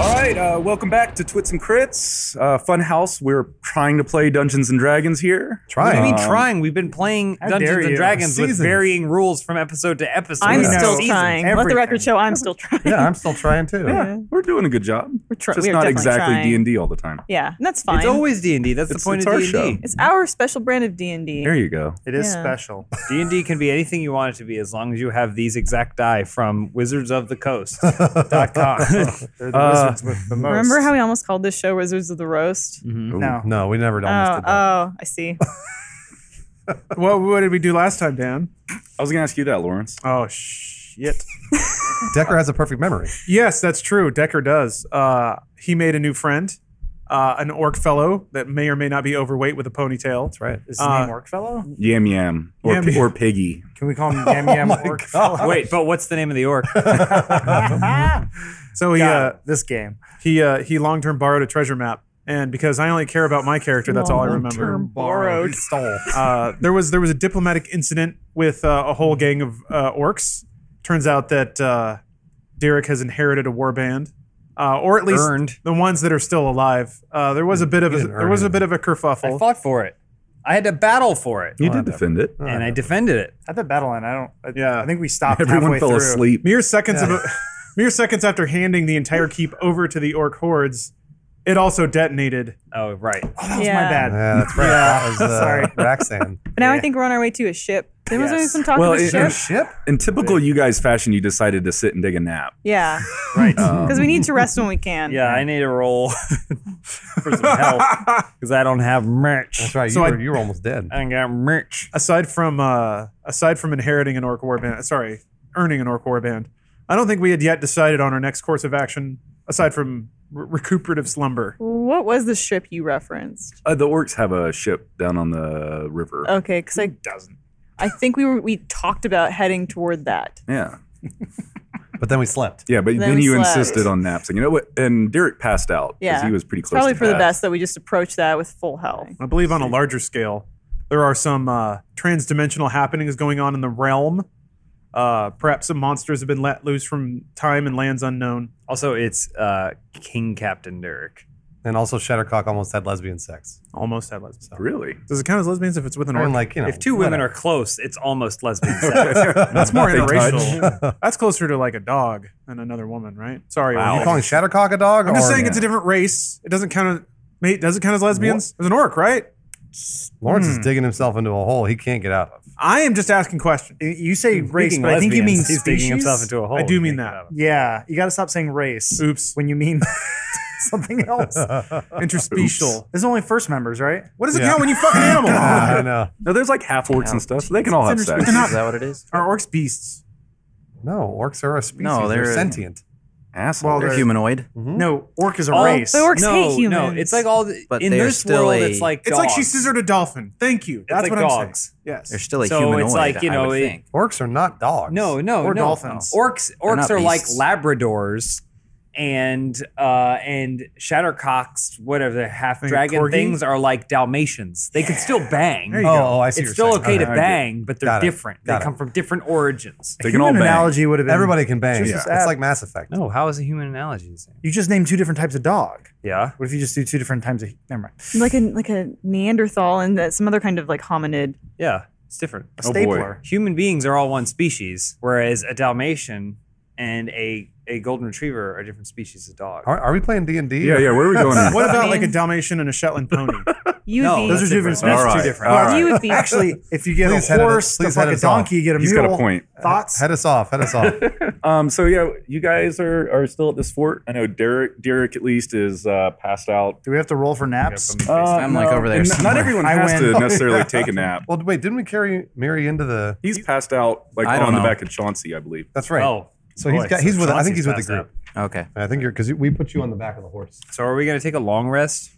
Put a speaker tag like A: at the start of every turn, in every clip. A: All right, uh, welcome back to Twits and Crits, uh, Fun House. We're trying to play Dungeons and Dragons here.
B: Trying.
C: What do you mean
A: Um,
C: trying? We've been playing
A: how dare
C: Dungeons
A: you.
C: and Dragons
B: Seasons.
C: with varying rules from episode to episode.
B: we
D: I'm
B: know
D: still
B: seasons,
D: trying. Let the
B: everything.
D: record show I'm still trying.
B: Yeah, I'm still trying too.
A: Yeah, we're doing a good job.
D: We're try-
A: Just
D: we are
A: not
D: definitely
A: exactly
D: trying.
A: D and D all the time.
D: Yeah, and that's fine.
C: It's
D: It's,
C: always D and D. That's the
A: It's-
C: point
A: it's
C: of
A: our
C: D and
A: show.
C: D.
D: our special brand of D and
A: There
D: D.
A: you go.
B: It is
D: Yeah.
B: special.
C: D and D can be anything you want it to be, as long as you have these exact die from Wizards of the Coast.
B: Dot com. They're the
A: Uh,
B: wizards with the most.
D: Remember how we almost called this show "Wizards of the Roast"?
A: Ooh.
B: No, no, we never
D: Oh,
B: almost did that.
D: oh, I see.
E: What, what did we do last time, Dan?
A: I was gonna ask you that, Lawrence.
E: Oh, shit.
B: Decker has a perfect memory.
E: yes, that's true. Decker does. Uh, he made a new friend, uh, an orc fellow that may or may not be overweight with a ponytail. Uh, That's
B: right.
E: Is
B: Is
E: his name orc?
C: Orkfellow?
A: Yam yam or
E: Yam
A: pi-
E: Yam.
A: or piggy.
E: Can we call him Yam
F: Oh
E: Yam
B: my
E: Orc?
B: God.
C: Wait, but what's the name of the orc?
E: So he uh,
B: this game.
E: he uh, he long term borrowed a treasure map, and because I only care about my character, that's all I remember.
D: borrowed.
B: Stole.
E: Uh, there was there was a diplomatic incident with uh, a whole gang of uh, orcs. Turns out that uh, Derek has inherited a warband, uh, or at least
C: Earned.
E: the ones that are still alive. Uh, there was a bit of a,
B: didn't earn
E: there was a
B: anything.
E: bit of a
C: I
E: kerfuffle.
C: fought for it. I had to battle for it,
A: You did defend it.
C: and I defended it.
F: At the battle end, I don't. I,
E: Yeah.
F: I think we stopped.
A: Everyone
F: halfway
A: fell
F: through.
A: asleep.
E: Mere seconds of a, mere seconds after handing the entire keep over to the orc hordes, it also detonated.
C: Oh, right.
F: Oh, that was
D: Yeah.
F: my bad.
B: Yeah, that's right. that was uh,
F: sorry.
B: Raxan.
D: But now I
F: Yeah.
D: think we're on our way to a ship. There was
F: Yes.
D: only some talk
A: Well,
D: of a
A: it-
D: ship.
A: it-
B: Ship?
A: In typical you guys fashion, you decided to sit and take a nap.
D: yeah,
C: Right.
D: because we need to rest when we can.
C: yeah, I need a roll for some help because I don't have merch.
B: That's right.
E: So
B: you,
E: I-
B: were, you were almost dead.
C: I ain't got merch.
E: Aside from uh, aside from inheriting an orc warband, sorry, earning an orc warband, I don't think we had yet decided on our next course of action. Aside from re- recuperative slumber,
D: What was the ship you referenced?
A: Uh, the orcs have a ship down on the river.
D: Okay, because I
F: Doesn't.
D: I think we were we talked about heading toward that.
A: Yeah,
B: But then we slept.
A: yeah. But
D: Then
A: then,
D: we
A: you
D: slept.
A: insisted on naps, and you know what? And Derek passed out because
D: Yeah.
A: he was pretty close.
D: Probably
A: to
D: for the
A: death.
D: best that we just approach that with full health.
E: I believe on a larger scale, there are some uh, trans-dimensional happenings going on in the realm. Uh, perhaps some monsters have been let loose from time and lands unknown.
C: Also, it's uh, King Captain Derek.
B: And also Shattercock almost had lesbian sex.
E: Almost had lesbian. sex.
A: Really?
E: Does it count as lesbians if it's with an
B: I
E: orc?
B: mean, like, you know.
C: If two women are close, it's almost lesbian sex.
E: That's more
A: They
E: interracial. That's closer to like a dog than another woman, right? Sorry.
B: Are
E: Will.
B: you calling Shattercock a dog?
E: I'm just
B: or-
E: saying it's a different race. It doesn't count as mate, does it count as lesbians? It's an orc, right?
B: Lawrence is digging himself into a hole he can't get out of.
E: I am just asking questions.
F: You- You say race,
C: Speaking
F: but I think you mean
C: lesbians, he's
F: species.
C: digging himself into a hole.
E: I do
C: You
E: mean
C: can't
E: that.
C: get out of it.
F: yeah, you got to stop saying race.
E: Oops.
F: When you mean something else.
E: Interspecial.
F: This is only first members, right?
E: What does it
B: Yeah.
E: count when you fuck an animal?
B: I know.
A: No, there's like half orcs and stuff, so they can all have sex.
E: They're not-
G: that what it is?
E: Are orcs beasts?
B: No, orcs are a species.
G: No,
B: they're,
G: they're-
B: sentient.
A: Assholes.
G: They're humanoid.
F: No, orc is a
C: All-
F: race.
D: the orcs
C: no,
D: hate humans.
C: No, it's like all the,
G: But
C: in
G: they're
C: this
G: still
C: world,
G: a-
C: it's like
E: It's like she
C: dogs.
E: scissored a dolphin. Thank you. That's
C: like
E: what I'm
C: dogs.
E: saying. Yes.
G: They're still a
C: So it's
G: humanoid.
C: like, you
G: I
C: know,
G: would
C: it-
G: think.
B: Orcs are not dogs.
C: No, no,
F: Or
C: no.
F: dolphins.
C: Orcs, orcs
G: not
C: are like
G: beasts.
C: Labradors, and uh, and Shattercocks, whatever the half
E: Like a
C: dragon
E: corgi?
C: things are like Dalmatians. They can still bang.
E: There you go.
B: Oh, oh, I see.
C: it's
B: what
C: still
B: you're saying.
C: okay to
A: Okay, I get it.
C: bang, but they're
B: Got it.
C: different.
B: Got it.
C: they come from different origins.
A: They can all
F: Human
A: bang.
F: analogy would have been
B: Everybody can bang.
F: Jesus,
B: It's
F: Ab.
B: like Mass Effect.
C: No, how is a human analogy the same?
F: You just named two different types of dog.
C: Yeah.
F: What if you just do two different types of? Never mind.
A: Oh,
D: like a like a Neanderthal and uh, some other kind of like hominid.
C: Yeah, it's different.
F: A
A: Oh, boy.
F: stapler.
C: Human beings are all one species, whereas a Dalmatian and a, a golden retriever are different species of dog.
B: Are, are we playing D and D?
A: Yeah, yeah. Where are we going? now?
E: What about
D: I
E: like a
D: mean-
E: Dalmatian and a Shetland pony?
D: You
C: No,
D: would be,
F: Those are
C: That's
F: two
C: different.
F: different species.
A: All
F: Two
A: right.
F: different.
A: All
D: you
A: right.
D: would be
F: Actually, if you get
B: Please
F: a
B: head it-
F: horse, the
B: please head
F: fuck a
B: us off.
F: donkey, you get a
A: He's
F: mule.
A: got a point.
F: Thoughts?
B: Head us off. Head us off.
A: Um, so yeah, you guys are, are still at this fort. I know Derek. Derek at least is uh, passed out.
F: Do we have to roll for naps?
A: Uh,
G: I'm, like, over there
A: and n- Not
G: somewhere.
A: everyone
F: I
A: has
F: win.
A: to necessarily take a nap.
B: well, wait. Didn't we carry Mary into the?
A: He's passed out like
G: I
A: on
G: don't
A: the
G: know.
A: back of Chauncey, I believe.
B: That's right.
C: Oh,
B: so he's
C: boy,
B: got.
C: so
B: He's with. I
C: Chauncey's
B: think he's with the
C: passed
B: group.
G: Okay.
B: I think you're because we put you on the back of the horse.
C: So are we going to take a long rest?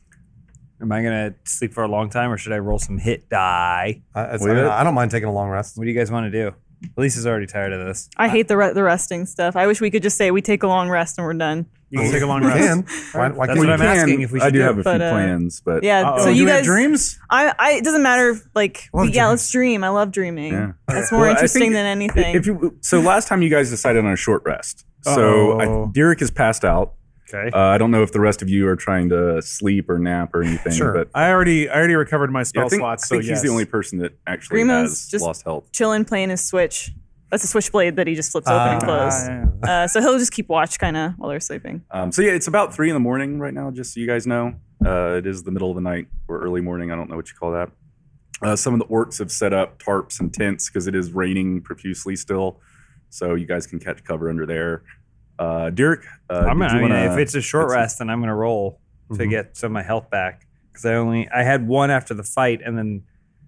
C: Am I going to sleep for a long time or should I roll some hit die?
B: I, it's-
A: Wait.
B: I, mean, I don't mind taking a long rest.
C: What do you guys want to do? Lisa's already tired of this.
D: I hate the re- the resting stuff. I wish we could just say we take a long rest and we're done.
E: You can take a long
B: We
E: rest.
B: can. Why, why
C: That's
B: can't
C: what
B: we?
C: I'm asking if we should
A: I do
C: do it,
A: have a few
D: but, uh,
A: plans, but
D: Yeah.
F: Oh,
D: so
F: do
D: you
F: we have
D: guys,
F: dreams?
D: I, I it doesn't matter. if, Like
F: Love
D: we- yeah,
F: dreams.
D: let's dream. I love dreaming.
A: Yeah.
D: That's more
A: Well, I
D: interesting
A: think
D: than anything.
A: If you so, last time you guys decided on a short rest. So I,
E: Uh-oh.
A: Derek is passed out.
C: Okay.
A: Uh, I don't know if the rest of you are trying to sleep or nap or anything,
E: Sure.
A: but
H: I already I already recovered my
A: yeah,
H: spell
A: I think,
H: slots,
A: I think
H: so
A: he's
H: yes.
A: the only person that actually
D: Grimo's
A: has
D: just-
A: lost health.
D: Chillin' playing his switch. That's a switchblade that he just flips open and
E: Ah,
D: closed.
E: yeah, yeah.
D: Uh, so he'll just keep watch kind of while they're sleeping.
A: Um, so yeah, it's about three in the morning right now, just so you guys know. Uh, it is the middle of the night or early morning. I don't know what you call that. Uh, some of the orcs have set up tarps and tents because it is raining profusely still, so you guys can catch cover under there. Uh, Derek, uh,
C: I'm
A: did you
C: gonna, I mean,
A: wanna-
C: if it's a short
A: let's-
C: rest, then I'm gonna roll to
B: Mhm.
C: get some of my health back because I only I had one after the fight and then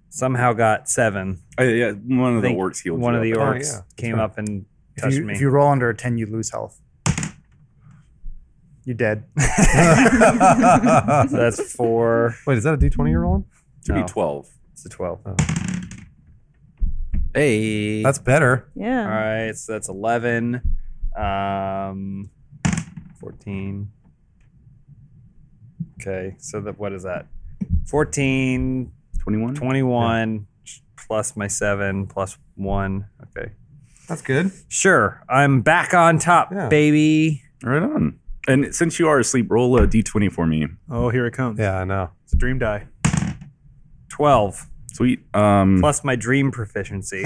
C: somehow got seven.
A: oh, yeah, yeah, one of the
C: think
A: orcs healed.
C: One
A: you
C: of the
A: up.
B: Oh,
C: orcs
B: yeah.
C: came
B: right.
C: up and
E: If
C: touched
E: you,
C: me.
E: if you roll under a 10, you lose health. You're dead.
C: so that's four.
B: Wait, is that a D20 you're rolling?
A: to
C: No.
A: be twelve.
C: It's a twelve.
B: Oh.
C: Hey,
B: That's better.
D: Yeah.
C: all right. So that's eleven. Um, fourteen. Okay, so that what is that? 14,
A: 21?
C: 21 plus my seven plus one. Okay.
B: That's good.
C: Sure. I'm back on top,
B: Yeah.
C: baby.
A: Right on. And since you are asleep, roll a d20 for me.
H: Oh, here it comes.
B: Yeah, I know.
H: It's a dream die.
C: 12
A: Sweet. Um,
C: plus my dream proficiency.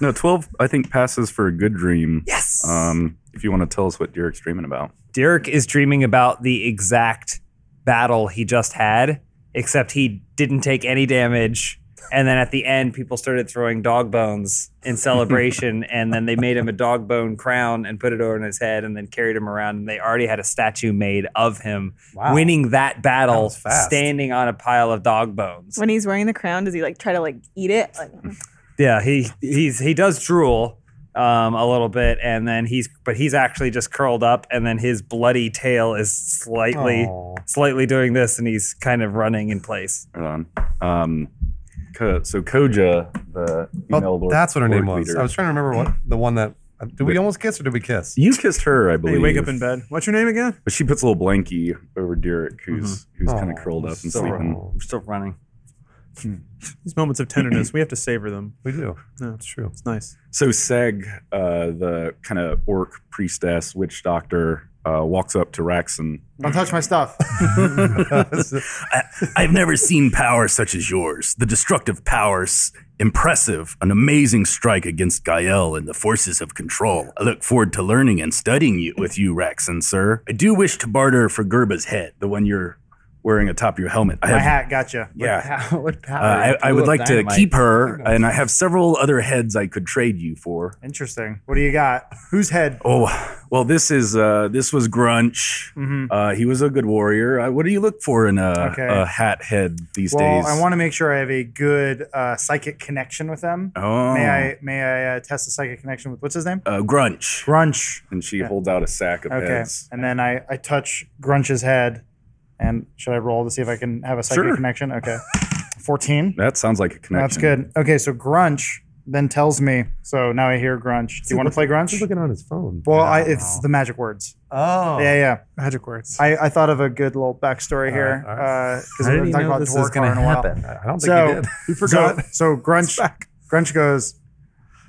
A: no, 12, I think, passes for a good dream.
C: yes.
A: Um, if you want to tell us what Derek's dreaming about.
C: Derek is dreaming about the exact battle he just had, except he didn't take any damage. And then at the end, people started throwing dog bones in celebration. and then they made him a dog bone crown and put it over his head and then carried him around. And they already had a statue made of him
B: Wow.
C: winning that battle,
B: was fast.
C: standing on a pile of dog bones.
D: When he's wearing the crown, does he like try to like eat it? Like,
C: Yeah, he he's he does drool um, a little bit, and then he's but he's actually just curled up, and then his bloody tail is slightly
B: Aw.
C: slightly doing this, and he's kind of running in place.
A: Right on. Um, Ko- so Koja, the female
B: Oh,
A: lord.
B: that's what her name
A: lord
B: was.
A: leader-
B: I was trying to remember what the one that. uh, Did we almost kiss or did we kiss?
A: you kissed her, I
H: Hey,
A: believe.
H: you wake up in bed. What's your name again?
A: But she puts a little blankie over Derek, who's who's kind of
B: Mm-hmm. Aw,
A: curled up and
B: Oh, so-
A: sleeping.
C: I'm still running.
H: These moments of tenderness, we have to savor them.
B: We do.
H: No,
B: It's true.
H: it's nice.
A: So Seg, uh, the kind of orc priestess, witch doctor, uh, walks up to Raxon.
E: Don't touch my stuff.
F: I've never seen power such as yours. The destructive powers, impressive, an amazing strike against Gael and the forces of control. I look forward to learning and studying you, with you, Raxon, sir. I do wish to barter for Gerba's head, the one you're wearing atop your helmet. I
E: my
F: have,
E: hat, gotcha.
F: yeah.
C: what
F: Uh,
C: power?
F: I, I would like to keep her, and I have several other heads I could trade you for.
E: Interesting. What do you got? Whose head?
F: Oh, well, this is uh, this was Grunch. Uh, he was a good warrior. Uh, what do you look for in a,
E: Mm-hmm. Okay.
F: a hat head these
E: Well,
F: days?
E: I want to make sure I have a good uh, psychic connection with them.
F: Oh.
E: May I may I uh, test the psychic connection with what's his name?
F: Uh, grunge.
E: Grunch.
A: And she holds out a sack of
E: Okay.
A: heads.
E: And then I, I touch Grunch's head. And should I roll to see if I can have a psychic
A: Sure.
E: connection? Okay. 14.
A: That sounds like a connection.
E: That's good. Okay, so Grunch then tells me. So now I hear Grunch. Do you want to play
B: He's
E: Grunch?
B: looking on his phone.
E: Well, I, it's the magic words.
B: oh.
E: Yeah, yeah.
H: Magic words.
E: I, I thought of a good little backstory
B: All
E: here uh,
B: right, all right.
E: because we haven't talked about this Dwarf in a while.
B: I I don't think
E: So-
B: he did.
E: We
B: forgot.
E: So, so Grunch, Grunch goes,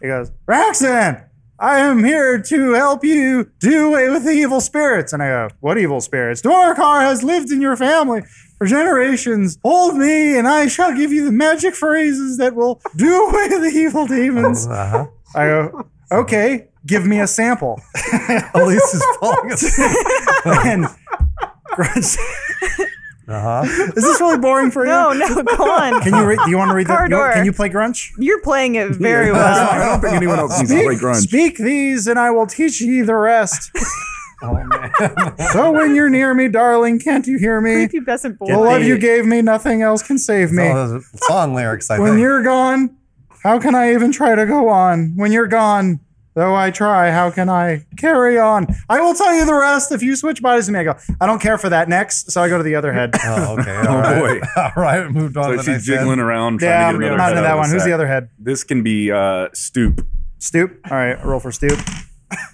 E: he goes, Raxon, I am here to help you do away with the evil spirits. And I go, what evil spirits? Dorkar has lived in your family for generations. Hold me, and I shall give you the magic phrases that will do away the evil demons.
B: Uh-huh.
E: I go, okay, give me a sample.
B: Elise is falling asleep.
E: and Grunch,
B: Uh-huh.
E: is this really boring for you?
D: no, no, go on.
E: Can you re- do you want to read that?
D: Car
E: You want-
D: door.
E: can you play Grunch?
D: You're playing it very well.
A: I don't think anyone else needs to play grunge.
E: Speak these, and I will teach ye the rest.
B: Oh, man.
E: so when you're near me, darling, can't you hear me?
D: Prepubescent boy.
E: The love you gave me, nothing else can save me.
B: All Oh, those song lyrics, I
E: When
B: think.
E: you're gone, how can I even try to go on? When you're gone, though I try, how can I carry on? I will tell you the rest if you switch bodies with me. I go, I don't care for that next, so I go to the other head.
B: Oh, okay. All
A: Oh,
B: right.
A: boy.
B: All right, moved on
A: So
B: to the
A: she's
B: next end.
A: jiggling around trying
E: yeah,
A: to
E: I'm
A: get another
E: not
A: head
E: into
A: out
E: that
A: of
E: one. Who's
A: sack.
E: the other head?
A: This can be uh, stoop.
E: Stoop. All right, roll for stoop.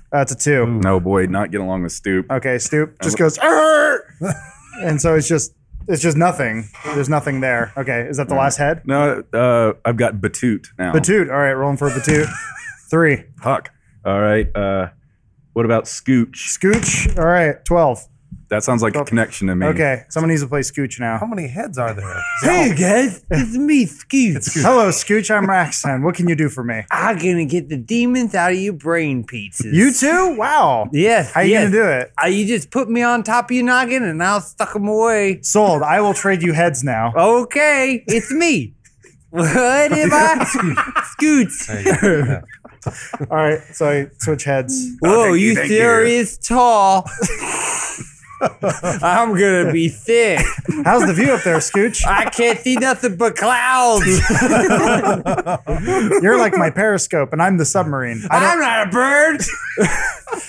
E: That's a two.
A: No boy, not get along with stoop.
E: Okay, Stoop just goes, "Arr!" and so it's just it's just nothing. There's nothing there. Okay, is that the last head?
A: No, uh, I've got Batoot now.
E: Batoot. All right, rolling for a Batoot. Three.
A: Huck. All right. Uh,
I: What about Scooch?
J: Scooch. All right, twelve.
I: That sounds like a
J: Okay.
I: connection to me.
J: Okay, someone needs to play Scooch
B: How
J: now.
B: many heads are there?
C: Hey guys, it's me, Scoot.
J: Hello, Scooch. I'm Raxon. What can you do for me?
C: I'm gonna get the demons out of your brain pizzas.
J: You too? Wow.
C: Yes.
J: How you
C: yes.
J: gonna do it?
C: Uh, you just put me on top of your noggin and I'll stuck them away.
J: Sold. I will trade you heads now.
I: Oh.
C: Okay, it's me. What am I? Scoots.
B: There you go. Yeah.
J: All right, so I switch heads.
C: Whoa,
I: thank you,
C: you
I: thank you.
C: serious tall. I'm gonna be thick.
J: How's the view up there, Scooch?
C: I can't see nothing but clouds.
J: You're like my periscope, and I'm the submarine. I
C: I'm not a bird.
J: don't-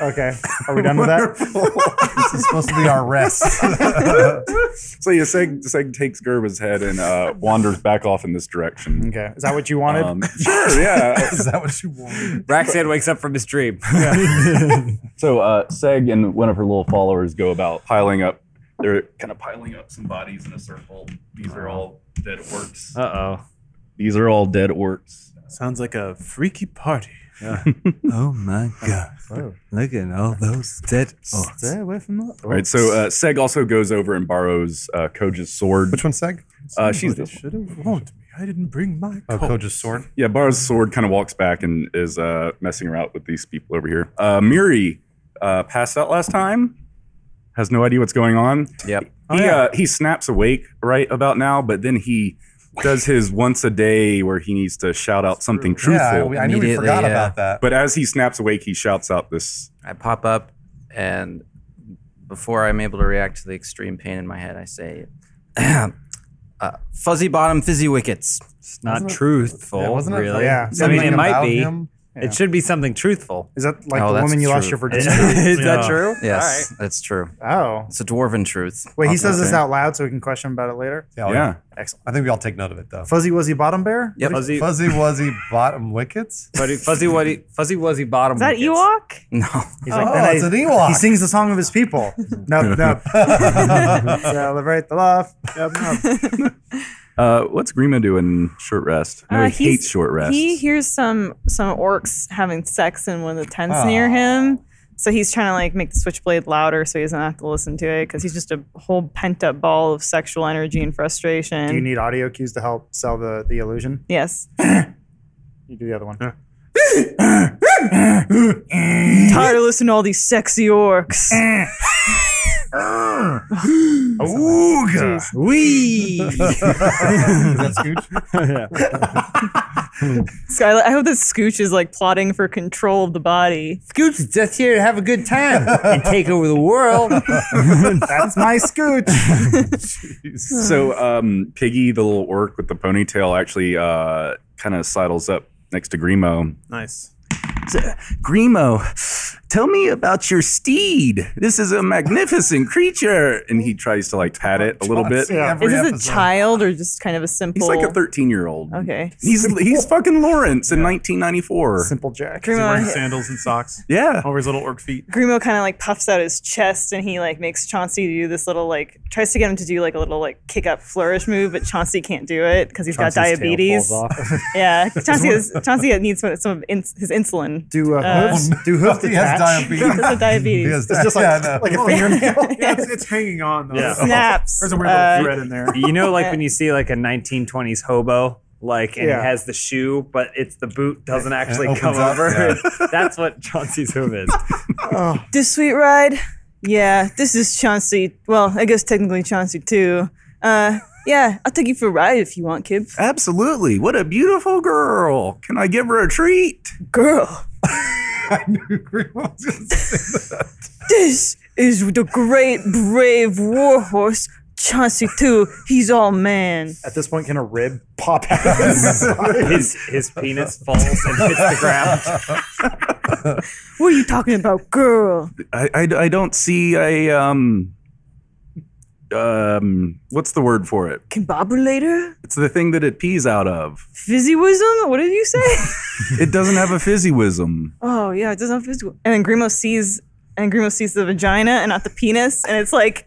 J: okay, are we done with that?
B: This is supposed to be our rest.
I: So yeah, Seg, Seg takes Gerba's head and uh, wanders back off in this direction.
J: Okay, is that what you wanted?
I: Um, sure, yeah.
B: is that what you want?
C: Raxan wakes up from his dream.
I: So uh, Seg and one of her little followers go about piling up. They're kind of piling up some bodies in a circle. These are all dead orcs.
C: Uh oh.
I: These are all dead orcs.
E: Sounds like a freaky party.
C: Oh my god.
B: Oh.
C: Look at all those dead orcs.
E: away from that.
I: Oh, All right. So uh, Seg also goes over and borrows uh, Koja's sword.
B: Which one's Seg?
I: Uh,
E: Somebody
I: she's this
E: should have warned me. I didn't bring my
B: Oh,
E: coat.
B: Koja's sword.
I: Yeah, borrows the sword, kind of walks back and is uh, messing around with these people over here. Uh, Miri uh, passed out last time. Has no idea what's going on.
C: Yep.
I: He, uh, he snaps awake right about now, but then he does his once a day where he needs to shout out something
B: Yeah,
I: truthful.
B: we- I knew we
G: Immediately,
B: forgot
G: yeah.
B: about that.
I: But as he snaps awake, he shouts out this.
G: I pop up, and before I'm able to react to the extreme pain in my head, I say, uh, "Fuzzy bottom, fizzy wickets."
C: It's not truthful.
B: Yeah, wasn't it?
C: really?
J: Yeah.
C: I mean,
B: Something
C: it might
B: about
C: be.
B: him?
J: Yeah.
C: It should be something truthful.
J: Is that like
I: Oh,
J: the
G: No, that's
J: woman you lost
G: true.
J: your
C: Is
J: virginity?
C: that
E: Yeah.
C: true?
G: Yes, that's true.
J: Oh.
G: It's a dwarven truth.
J: Wait, he says this
I: Okay.
J: out loud so we can question him about it later.
B: Oh, Yeah, okay.
I: yeah.
J: Excellent.
B: I think we all take note of it though.
J: Fuzzy Wuzzy Bottom Bear?
G: Yep.
C: Fuzzy,
B: Fuzzy Wuzzy Bottom Wickets?
C: fuzzy, fuzzy, wuzzy, fuzzy, wuzzy bottom.
D: Is that
C: wickets.
D: Ewok?
G: No.
J: He's
B: Oh,
J: like, then
B: it's
J: I-
B: an Ewok.
J: He sings the song of his people. no, no. Celebrate the love. Yep, no.
I: Uh, what's Grima doing? Short rest. No,
D: Uh,
I: he
D: he's-
I: hates short rests.
D: He hears some some orcs having sex in one of the tents
B: Aw.
I: Ah.
D: near him. So he's trying to like make the switchblade louder so he doesn't have to listen to it because he's just a whole pent up ball of sexual energy and frustration.
J: Do you need audio cues to help sell the, the illusion?
D: yes.
J: You do the other one.
D: Tired of listening to all these sexy orcs.
B: Ooga.
C: Wee.
B: Is that Scooch?
D: Skyla, I hope that Scooch is like plotting for control of the body.
C: Scoots is just here to have a good time and take over the world.
J: That's my scooch.
I: so um, Piggy, the little orc with the ponytail, actually uh, kind of sidles up next to Grimo.
E: Nice.
A: Grimo, tell me about your steed. This is a magnificent creature.
I: And he tries to like pat it a little
D: Is
I: bit.
D: this a child or just kind of a
I: He's
D: simple?
I: like a 13 year old.
D: okay.
I: He's he's fucking Lawrence in 1994.
J: Simple Jack.
E: He's wearing
D: Grimo,
E: sandals and socks
I: Yeah.
E: over his little orc feet.
D: Grimo kind of like puffs out his chest and he like makes Chauncey do this little like tries to get him to do like a little like kick up flourish move, but Chauncey can't do it because he's got diabetes. Yeah, Chauncey is, Chauncey needs some, some of ins his insulin.
J: Do uh,
D: Uh,
J: hooves?
E: Oh,
J: Do hooves
B: He
J: detach?
B: has diabetes.
D: It's a
B: He
D: diabetes.
B: has
J: It's just like,
B: yeah, I know.
J: like a fingernail.
E: Oh, Yeah, it's, it's hanging on though.
C: Yeah.
E: There's a-
D: Snaps.
E: Oh, There's a weird little
D: Uh,
E: thread in there.
C: You know, like when you see like a 1920s hobo, like and
J: Yeah.
C: he has the shoe, but it's the boot doesn't actually
B: opens
C: come
B: up,
C: over.
B: yeah.
C: That's what Chauncey's hoof is.
J: oh,
D: This sweet ride? Yeah, this is Chauncey. Well, I guess technically Chauncey too. Uh, yeah, I'll take you for a ride if you want, kid.
A: Absolutely. What a beautiful girl. Can I give her a treat?
D: Girl,
B: I knew Grimo was gonna say that.
D: this is the great brave warhorse, Chauncey too. He's all man.
J: at this point, can a rib pop out? Of his side?
C: His his penis falls and hits the ground.
D: What are you talking about, girl?
I: I, I, I don't see a um um what's the word for it?
D: Combobulator?
I: It's the thing that it pees out of.
D: Fizzywism? What did you say?
I: It doesn't have a fizzy wisdom.
D: oh yeah, it doesn't have physical. And then Grimo sees, and Grimo sees the vagina and not the penis, and it's like,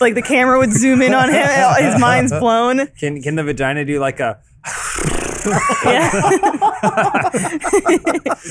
D: like the camera would zoom in on him, and his mind's blown.
C: Can can the vagina do like a
D: Yeah,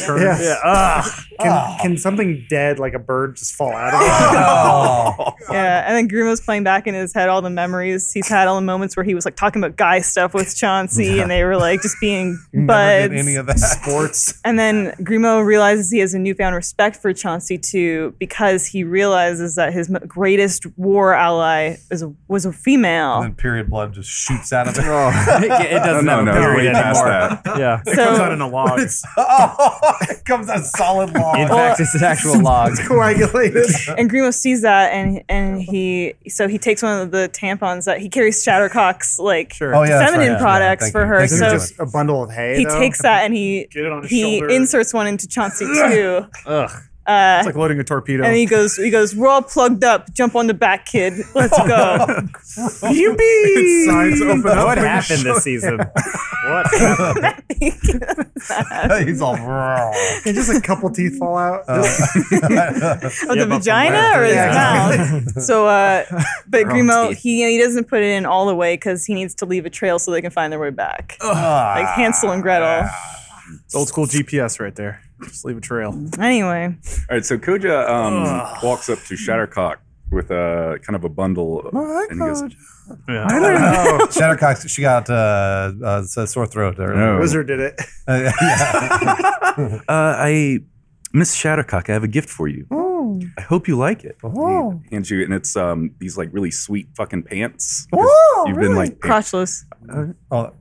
E: Turn.
F: Yeah.
E: Yeah.
F: Can,
B: Ah.
F: can something dead like a bird just fall out of
B: Oh.
D: Yeah, and then Grumo's playing back in his head all the memories he's had, all the moments where he was like talking about guy stuff with Chauncey, and they were like just being
B: Never
D: buds.
B: did any of that. Sports.
D: and then Grumo realizes he has a newfound respect for Chauncey too, because he realizes that his m- greatest war ally is was a female.
B: and then period blood just shoots out of it.
C: it doesn't
K: no,
C: have
K: no,
C: a
K: you're way
C: period
K: past
C: anymore.
K: that.
C: Yeah.
E: It comes out in a log.
B: oh, it comes out solid log.
C: In fact, it's an actual log.
F: it? Coagulated.
D: and Grimo sees that, and and he so he takes one of the tampons that he carries Shattercock's like
E: Sure.
B: oh yeah, that's
D: feminine
B: right.
D: products
B: Thank
D: for
B: you.
D: her.
B: Thank you.
F: Isn't it
D: So-
F: just a bundle of hay?
D: he
F: though?
D: takes that and he
E: Get it on his
D: he
E: shoulder.
D: inserts one into Chauncey too.
C: Ugh.
D: Uh,
E: It's like loading a torpedo.
D: and he goes he goes we're all plugged up. Jump on the back, kid. Let's go.
E: Its sides open up.
C: What happened this season? What? happened?
B: He's all. Uh, "Vroom."
F: And just a couple teeth fall out. Just-
D: of
C: Yeah,
D: Oh, the
C: but from
D: vagina
C: where?
D: or his
F: Yeah,
D: mouth. so, uh, but
G: Her own
D: Grimo,
G: teeth.
D: he he doesn't put it in all the way because he needs to leave a trail so they can find their way back, like Hansel and Gretel.
E: It's old school GPS right there. Just leave a trail.
D: Anyway,
K: All right, so Koja um, walks up to Shattercock with a kind of a bundle, and he goes,
E: Yeah.
B: Oh, Shattercock, she got uh, uh, s- sore throat. Or,
K: "No,
F: Wizard did it.
B: Uh, yeah.
I: Uh, I, Miss Shattercock, I have a gift for you. I hope you like it.
K: He hands you, and it's um these like really sweet fucking pants. 'Cause you've been like pant-
D: crotchless.
B: Oh,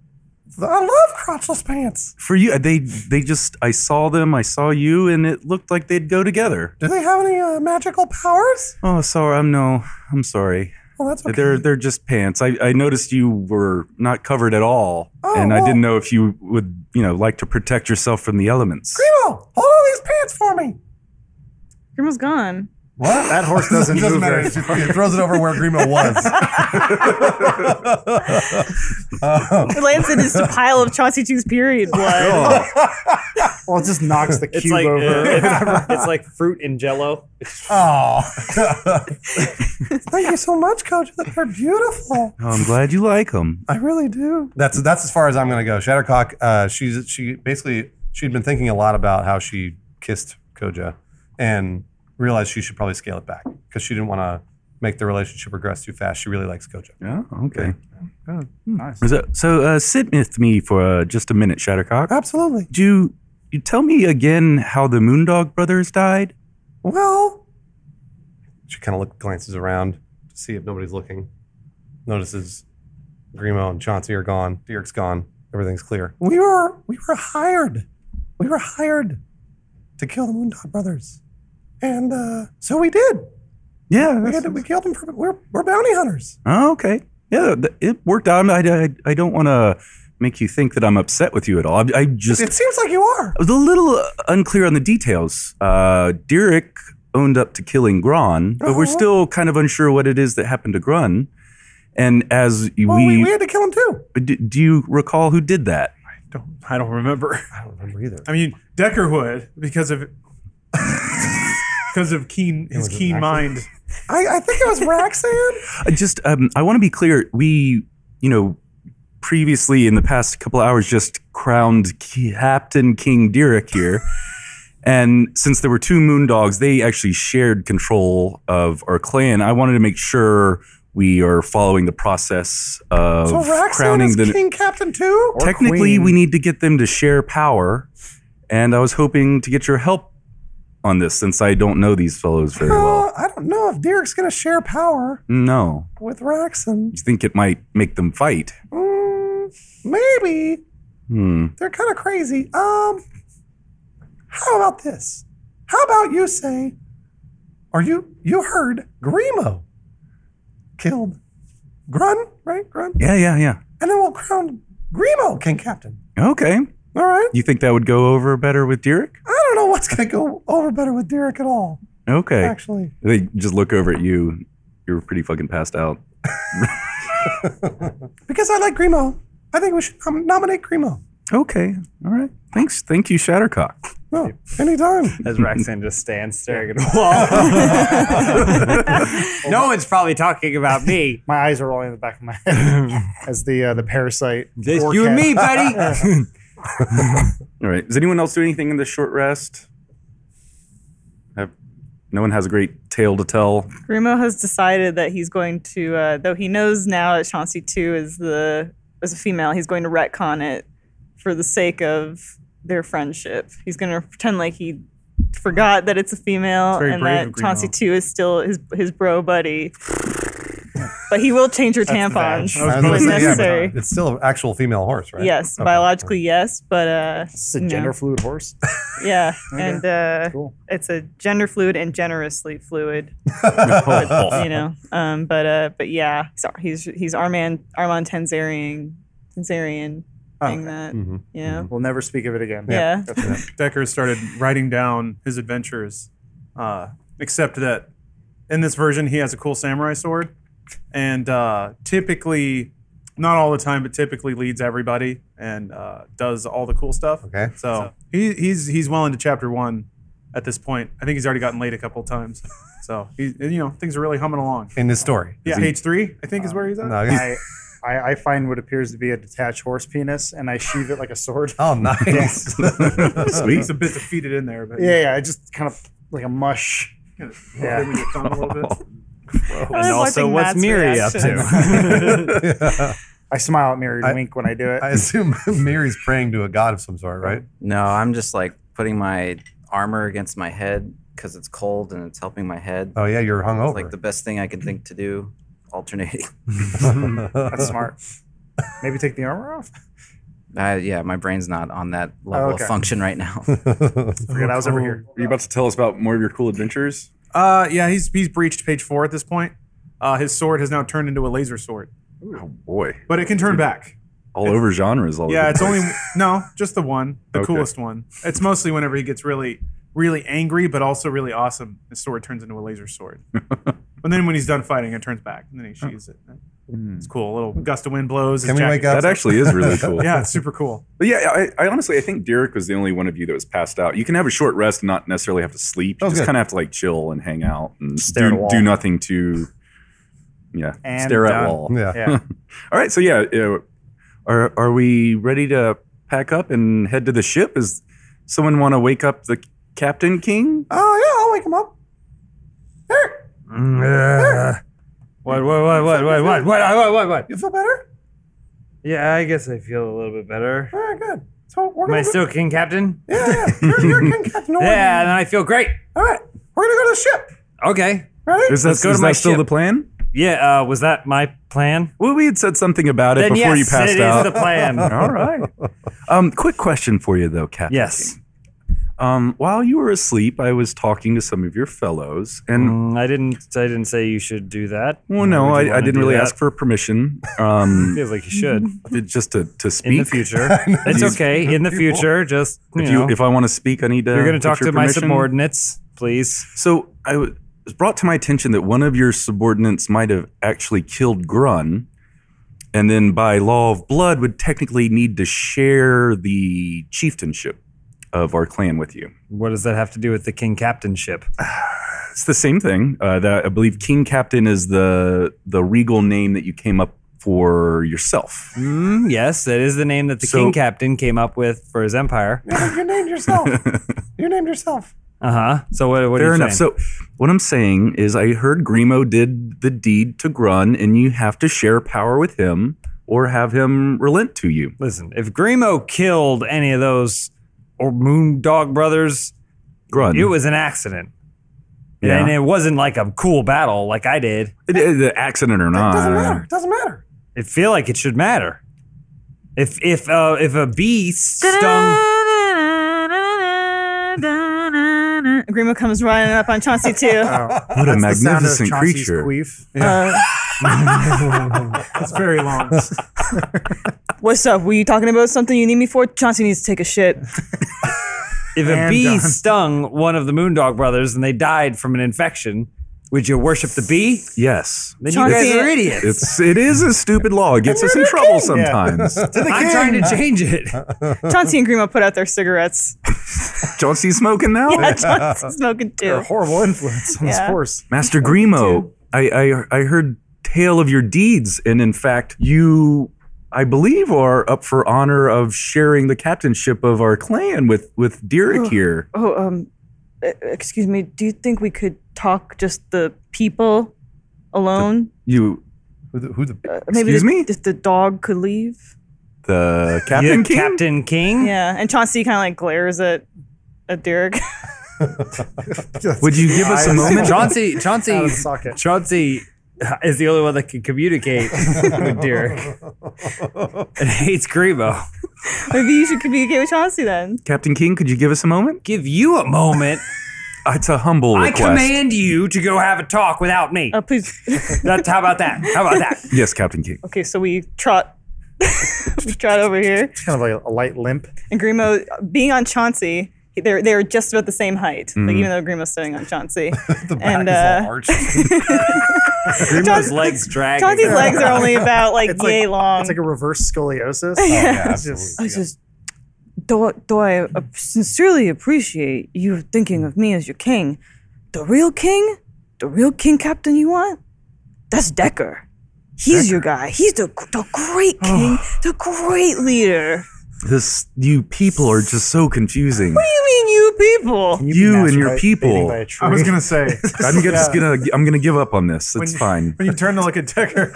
B: I love crotchless pants.
I: For you, they they just I saw them, I saw you, and it looked like they'd go together.
B: Do they have any uh, magical powers?
I: Oh, sorry, I'm no, I'm sorry.
B: Well, that's
I: They're they're just pants. I, I noticed you were not covered at all, and I
B: well-
I: didn't know if you would you know like to protect yourself from the elements.
B: Primo, Oh, hold on these pants for me.
D: Grimo's gone.
B: What?
F: That horse doesn't move
B: doesn't matter.
F: very
B: It just- it throws it over where Grimo was. Uh,
D: It lands in just a pile of Chauncey Chew's period blood.
F: Well, it just knocks the
C: It's
F: cube
C: like uh,
F: over.
C: it's, it's like fruit and jello.
B: Oh. Thank you so much, Coach. They're beautiful.
I: Oh, I'm glad you like them.
B: I really do. That's that's as far as I'm going to go. Shattercock. Uh, she's she basically she'd been thinking a lot about how she kissed Koja, and realized she should probably scale it back because she didn't want to make the relationship regress too fast. She really likes Koja.
K: yeah, okay, nice.
I: So, Hmm. so uh, sit with me for uh, just a minute, Shattercock.
B: Absolutely.
I: Do you, you tell me again how the Moondog brothers died?
B: Well, she kind of look, glances around to see if nobody's looking. Notices Grimo and Chauncey are gone. Derek's gone. Everything's clear. We were we were hired. We were hired to kill the Moondog brothers, and uh, so we did.
I: Yeah.
B: We,
I: that's-
B: had to, we killed them. For, we're we're bounty hunters.
I: Oh, okay. Yeah, th- it worked out. I, I, I don't want to make you think that I'm upset with you at all. I, I just
B: It seems like you are.
I: I was a little uh, unclear on the details. Uh, Derek owned up to killing Gron, but we're
B: Uh-huh.
I: still kind of unsure what it is that happened to Grun. And as
B: Well,
I: we,
B: we, we had to kill him too.
I: d- do you recall who did that?
E: Don't, I don't remember.
B: I don't remember either.
E: I mean, Decker would because of because of keen his
B: was an
E: keen
B: accident.
E: mind.
B: I, I think it was Raxan.
I: I just um, I want to be clear. We, you know, previously in the past couple hours, just crowned Ki- Captain King Derek here. And since there were two moon dogs, they actually shared control of our clan. I wanted to make sure we are following the process of
B: so Raxan
I: crowning
B: is
I: the.
B: king captain too.
I: Technically, we need to get them to share power. And I was hoping to get your help on this since I don't know these fellows very well.
B: Uh, I don't know if Derek's going to share power.
I: No.
B: with Raxon.
I: You think it might make them fight?
B: Mm, maybe
I: Hmm.
B: they're kind of crazy. Um, how about this? How about you say, or you you heard Grimo killed Grun, right? Grun,
I: Yeah, yeah, yeah.
B: and then we'll crown Grimo king captain.
I: Okay.
B: All right.
I: You think that would go over better with Derek?
B: I don't know what's going to go over better with Derek at all.
I: Okay.
B: Actually,
K: They just look over at you. You're pretty fucking passed out.
B: because I like Grimo, I think we should nom- nominate Grimo.
I: Okay. All right. Thanks. Thank you, Shattercock.
B: No, Oh, anytime.
C: As Raxan just stands staring at a wall. no one's probably talking about me.
F: My eyes are rolling in the back of my head as the uh, the parasite.
C: Just
F: forecast.
C: you and me, buddy.
I: All right. Does anyone else do anything in this short rest? Have, no one has a great tale to tell.
D: Grimo has decided that he's going to, uh, though he knows now that Chauncey Two is the is a female, he's going to retcon it for the sake of their friendship. He's going to pretend like he forgot that it's a female
E: very
D: and
E: brave
D: that
E: of Grimo.
D: Chauncey Two is still his his bro buddy. but he will change her tampons
E: badge. I was
B: gonna
D: when
B: say, yeah, but
D: necessary.
B: It's still an actual female horse, right?
D: Yes,
B: Okay.
D: biologically yes, but uh,
F: It's a
D: No.
F: gender fluid horse.
D: yeah, and uh,
F: Cool.
D: it's a gender fluid and generously fluid,
B: Mm-hmm.
I: Oh.
D: you know. Um, but uh, but yeah, so he's he's Armand Armand Tanzarian Tanzarian
C: Ah.
F: Oh,
D: thing that
B: Mhm.
C: Mm-hmm.
D: you know.
F: We'll never speak of it again.
D: Yeah.
E: Decker started writing down his adventures, uh, except that in this version he has a cool samurai sword, and uh, typically, not all the time, but typically leads everybody and uh, does all the cool stuff.
B: Okay.
E: So he, he's he's well into chapter one at this point. I think he's already gotten late a couple times. So he, and, you know, things are really humming along.
B: In this story.
E: Yeah,
B: Is he-
E: page three, I think, is where he's at.
B: no, he's-
F: I, I, I find what appears to be a detached horse penis and I sheave it like a sword.
B: oh, nice.
E: It's a bit defeated in there, but
F: Yeah, yeah. I just kind of like a mush.
E: yeah.
F: Yeah.
D: I was
C: And also,
D: watching
C: what's
D: Matt's
C: Miri up
D: reaction.
C: to?
F: I smile at Mary and
B: I-
F: wink when I do it.
B: I assume Mary's praying to a god of some sort, right?
G: No, I'm just like putting my armor against my head because it's cold and it's helping my head.
B: Oh, yeah, you're
G: It's
B: hungover.
G: like the best thing I could think to do, alternating.
F: That's smart. Maybe take the armor off.
G: I, yeah, my brain's not on that level
F: okay.
G: of function right now.
F: Forget I was
B: Oh,
F: over here.
I: Are you about to tell us about more of your cool adventures?
E: Uh, yeah, he's he's breached page four at this point. Uh, his sword has now turned into a laser sword,
I: Oh boy,
E: but it can turn back.
I: all over genres. All
E: Yeah,
I: over
E: it's
I: the place.
E: only no, just the one, the
I: Okay.
E: coolest one. It's mostly whenever he gets really, really angry, but also really awesome. His sword turns into a laser sword, and then when he's done fighting, it turns back, and then he sheathes it. It's cool. A little gust of wind blows. his
B: Can we
E: jacket-
B: wake up?
I: that actually is really cool.
E: Yeah, it's super cool.
I: But yeah, I, I honestly I think Derek was the only one of you that was passed out. You can have a short rest and not necessarily have to sleep. You
B: Oh,
I: just
B: good.
I: kind of have to like chill and hang out and
G: Stare at a
I: do,
G: wall.
I: do nothing to yeah
F: And
I: stare at
C: uh,
F: done.
I: wall.
B: Yeah.
F: Yeah.
I: All right, so yeah, uh, are are we ready to pack up and head to the ship? Is someone want to wake up the captain king?
B: Oh, yeah, I'll wake him up.
C: Mm, uh, What, what, what, what, what, what, what, what, what, what?
B: You feel better?
C: Yeah, I guess I feel a little bit better.
B: All right, good. So we're
C: Am I
B: going to.
C: still king captain?
B: Yeah, yeah. You're, you're King Captain Norton.
C: Yeah, and I feel great.
B: All right. We're going to go to the ship.
C: Okay.
B: Ready?
I: Is that,
C: Let's go to
I: is
C: my
I: that still
C: ship.
I: the plan?
C: Yeah, uh, was that my plan?
I: Well, we had said something about it
C: then
I: before
C: yes,
I: you passed
C: it is
I: out.
C: the plan.
I: All right. Um, quick question for you though, Captain.
C: yes.
I: King. Um, while you were asleep, I was talking to some of your fellows, and
C: Mm, I didn't. I didn't say you should do that.
I: well, no,
C: Would you
I: I, I
C: wanna
I: didn't
C: do
I: really
C: that?
I: ask for permission. Um,
C: Feels like you should
I: just to to speak
C: in the future. it's okay. In the future, just you
I: If
C: know,
I: you, if I want to speak, I need to.
C: you're going
I: get
C: to talk
I: your
C: to my
I: permission.
C: subordinates, please.
I: So I w- it was brought to my attention that one of your subordinates might have actually killed Grun, and then by law of blood would technically need to share the chieftainship of our clan with you.
C: What does that have to do with the king captainship?
I: It's the same thing. Uh, that I believe King Captain is the the regal name that you came up for yourself.
C: Mm, yes, that is the name that the
I: Mm-hmm. So-
C: king captain came up with for his empire.
B: Yeah, but you named yourself. you named yourself.
C: Uh huh. So what? what are
I: Fair
C: you
I: enough.
C: saying?
I: So what I'm saying is I heard Grimo did the deed to Grun, and you have to share power with him or have him relent to you.
C: Listen, if Grimo killed any of those or Moondog brothers,
I: Grun.
C: it was an accident.
I: Yeah.
C: And it wasn't like a cool battle like I did.
I: It- it- the accident or not.
B: Doesn't matter. Doesn't matter.
C: It feel like it should matter. If if uh, if a bee stung,
D: Grimo comes running up on Chauncey too.
C: Oh.
I: What
F: That's the
I: a
F: sound of
I: magnificent
F: Chauncey's
I: creature.
F: queef.
D: Uh,
E: It's very long.
D: What's up? Were you talking about something you need me for? Chauncey needs to take a shit.
C: if a bee stung one of the Moondog brothers and they died from an infection, would you worship the bee?
I: Yes.
C: Then
D: Chauncey-
C: you guys are idiots.
I: It's it is a stupid law. It gets us in trouble sometimes.
C: I'm trying to change it.
D: Chauncey and Grimo put out their cigarettes.
I: Chauncey's smoking now.
C: Oh,
D: Yeah, Chauncey's smoking too.
F: Horrible influence on this
D: Yeah.
F: horse.
I: Master Grimo, I, I I heard tale of your deeds, and in fact, you I believe, are up for honor of sharing the captainship of our clan with with Derek here.
D: Oh, um, e- excuse me. Do you think we could talk just the people alone?
I: You,
B: Who the, who the
D: Uh, maybe
I: excuse
D: the,
I: me?
D: If the dog could leave.
I: the
C: Yeah,
I: uh, captain, King?
C: Captain King.
D: Yeah, and Chauncey kind of like glares at at Derek.
I: Would you give us a moment?
C: Chauncey, Chauncey,
F: socket.
C: Chauncey is the only one that can communicate with Derek and hates Grimo.
D: maybe you should communicate with Chauncey then.
I: Captain King, could you give us a moment? Uh,
C: Give you a moment.
I: It's a humble
C: I
I: request.
C: command you to go have a talk without me.
D: Uh, please.
C: That's how about that? How about that?
I: yes, Captain King.
D: okay, so we trot. we trot over here,
F: It's kind of like a light limp.
D: and Grimo, being on Chauncey, they're they're just about the same height. Like even though Grimo's sitting on Chauncey,
B: the back
D: and,
B: is
D: uh,
B: all arched.
C: Grimo's legs drag.
D: Chauncey's legs are only about like
F: It's
D: yay
F: like-
D: long.
F: It's like a reverse scoliosis.
B: yeah,
F: It's just-
D: I
B: absolutely.
D: was just, though, though I uh, sincerely appreciate you thinking of me as your king, the real king, the real king captain you want, that's Decker. He's your guy. He's the, the great king, the great leader.
I: This you people are just so confusing.
D: What do you mean, you people?
I: You, and your
F: masturbate
I: people.
F: by a
I: I'm
F: tree.
E: I was gonna say
I: gonna- just gonna I'm gonna give up on this. It's
E: you-
I: fine.
E: when you turn to look at Decker,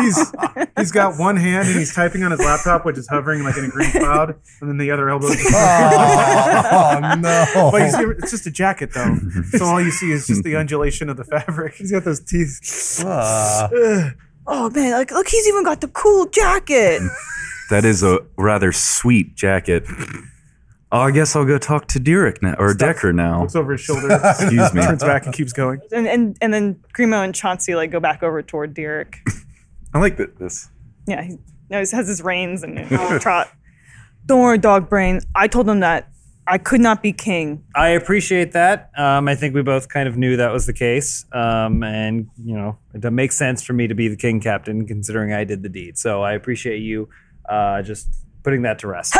E: he's he's got one hand and he's typing on his laptop, which is hovering like in a green cloud, and then the other elbow. is-
B: oh no!
E: But he's, it's just a jacket though, so all you see is just the undulation of the fabric.
F: He's got those teeth.
B: Uh,
D: Oh man, like look, he's even got the cool jacket.
I: That is a rather sweet jacket. Oh, I guess I'll go talk to Derek now or Decker now.
E: Looks over his shoulder,
I: Excuse me.
E: turns back, and keeps going.
D: and, and and then Grimo and Chauncey like go back over toward Derek.
I: I like that this.
D: Yeah, he no, he has his reins and he'll trot. Don't worry, dog brain. I told him that I could not be king.
C: I appreciate that. Um, I think we both kind of knew that was the case, um, and you know it makes sense for me to be the king captain considering I did the deed. So I appreciate you uh, just putting that to rest.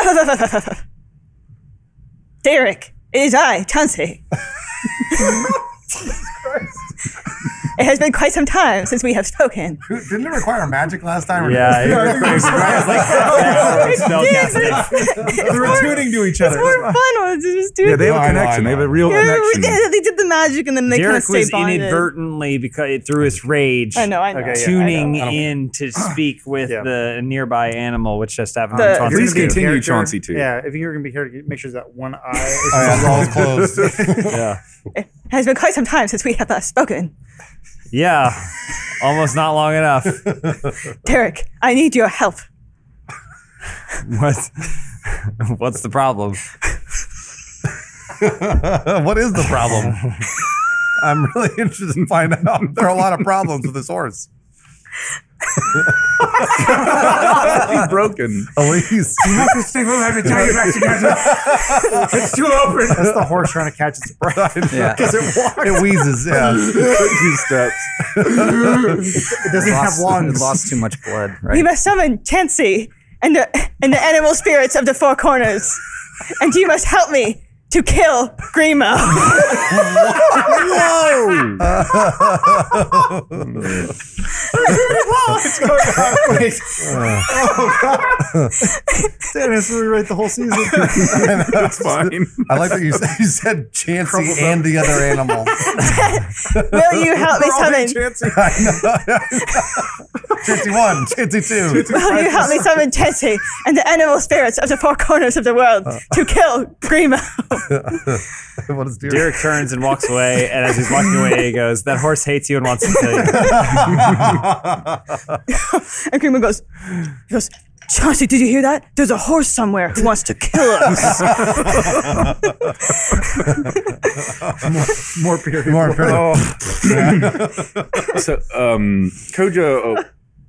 D: Derek, it is I, Chauncey. it has been quite some time since we have spoken.
B: didn't it require magic last time?
C: yeah, it requires- requires, like, spell
D: Jeez,
C: casting.
D: it's-
B: we were tuning to each other.
D: More fun when it's just doing
I: Yeah, they have
B: No,
I: a
B: I know, I
I: connection. They have
B: know.
I: a real
D: Yeah, we
I: connection.
D: did- they did the magic and then they kind of
C: Derek
D: stayed
C: was
D: bonded.
C: inadvertently because it, through his rage.
D: I know, I know.
F: Okay, yeah,
C: Tuning
B: I know.
C: in to speak with
F: Yeah.
C: the nearby animal, which just happened.
D: The-
C: to Chauncey
I: Please
C: too.
F: You're gonna be a
I: continue,
F: character.
I: Chauncey, too.
F: Yeah, if you're gonna be here, make sure that one eye. Is
B: Oh, yeah, all closed.
C: Yeah.
D: It has been quite some time since we have last spoken.
C: Yeah. Almost not long enough.
D: Derek, I need your help.
C: What's what's the problem?
B: what is the problem? I'm really interested in finding out. There are a lot of problems with this horse.
I: He's broken.
B: Elise,
I: It's too open.
F: that's the horse trying to catch its breath.
G: Yeah.
B: it It wheezes. Yeah.
I: Two steps.
F: It doesn't
G: Lost-
F: have lungs.
G: it lost too much blood, right?
D: We must summon Chansey and the, and the animal spirits of the four corners. And you must help me to kill Grimo.
I: Whoa!
F: Damn, it's gonna rewrite the whole season.
I: That's fine.
B: I like that you said, you said Chansey and the other animal.
D: Will you help me summon?
B: Chansey one, Chansey two.
D: Will you help me summon Chansey and the animal spirits of the four corners of the world to kill Grimo?
B: what is Derek?
C: Derek turns and walks away, and as he's walking away, he goes, "That horse hates you and wants to kill you."
D: And Grimo goes, he goes, Chauncey, did you hear that? There's a horse somewhere who wants to kill us.
F: More period.
B: More apparently.
I: so um, Koja uh,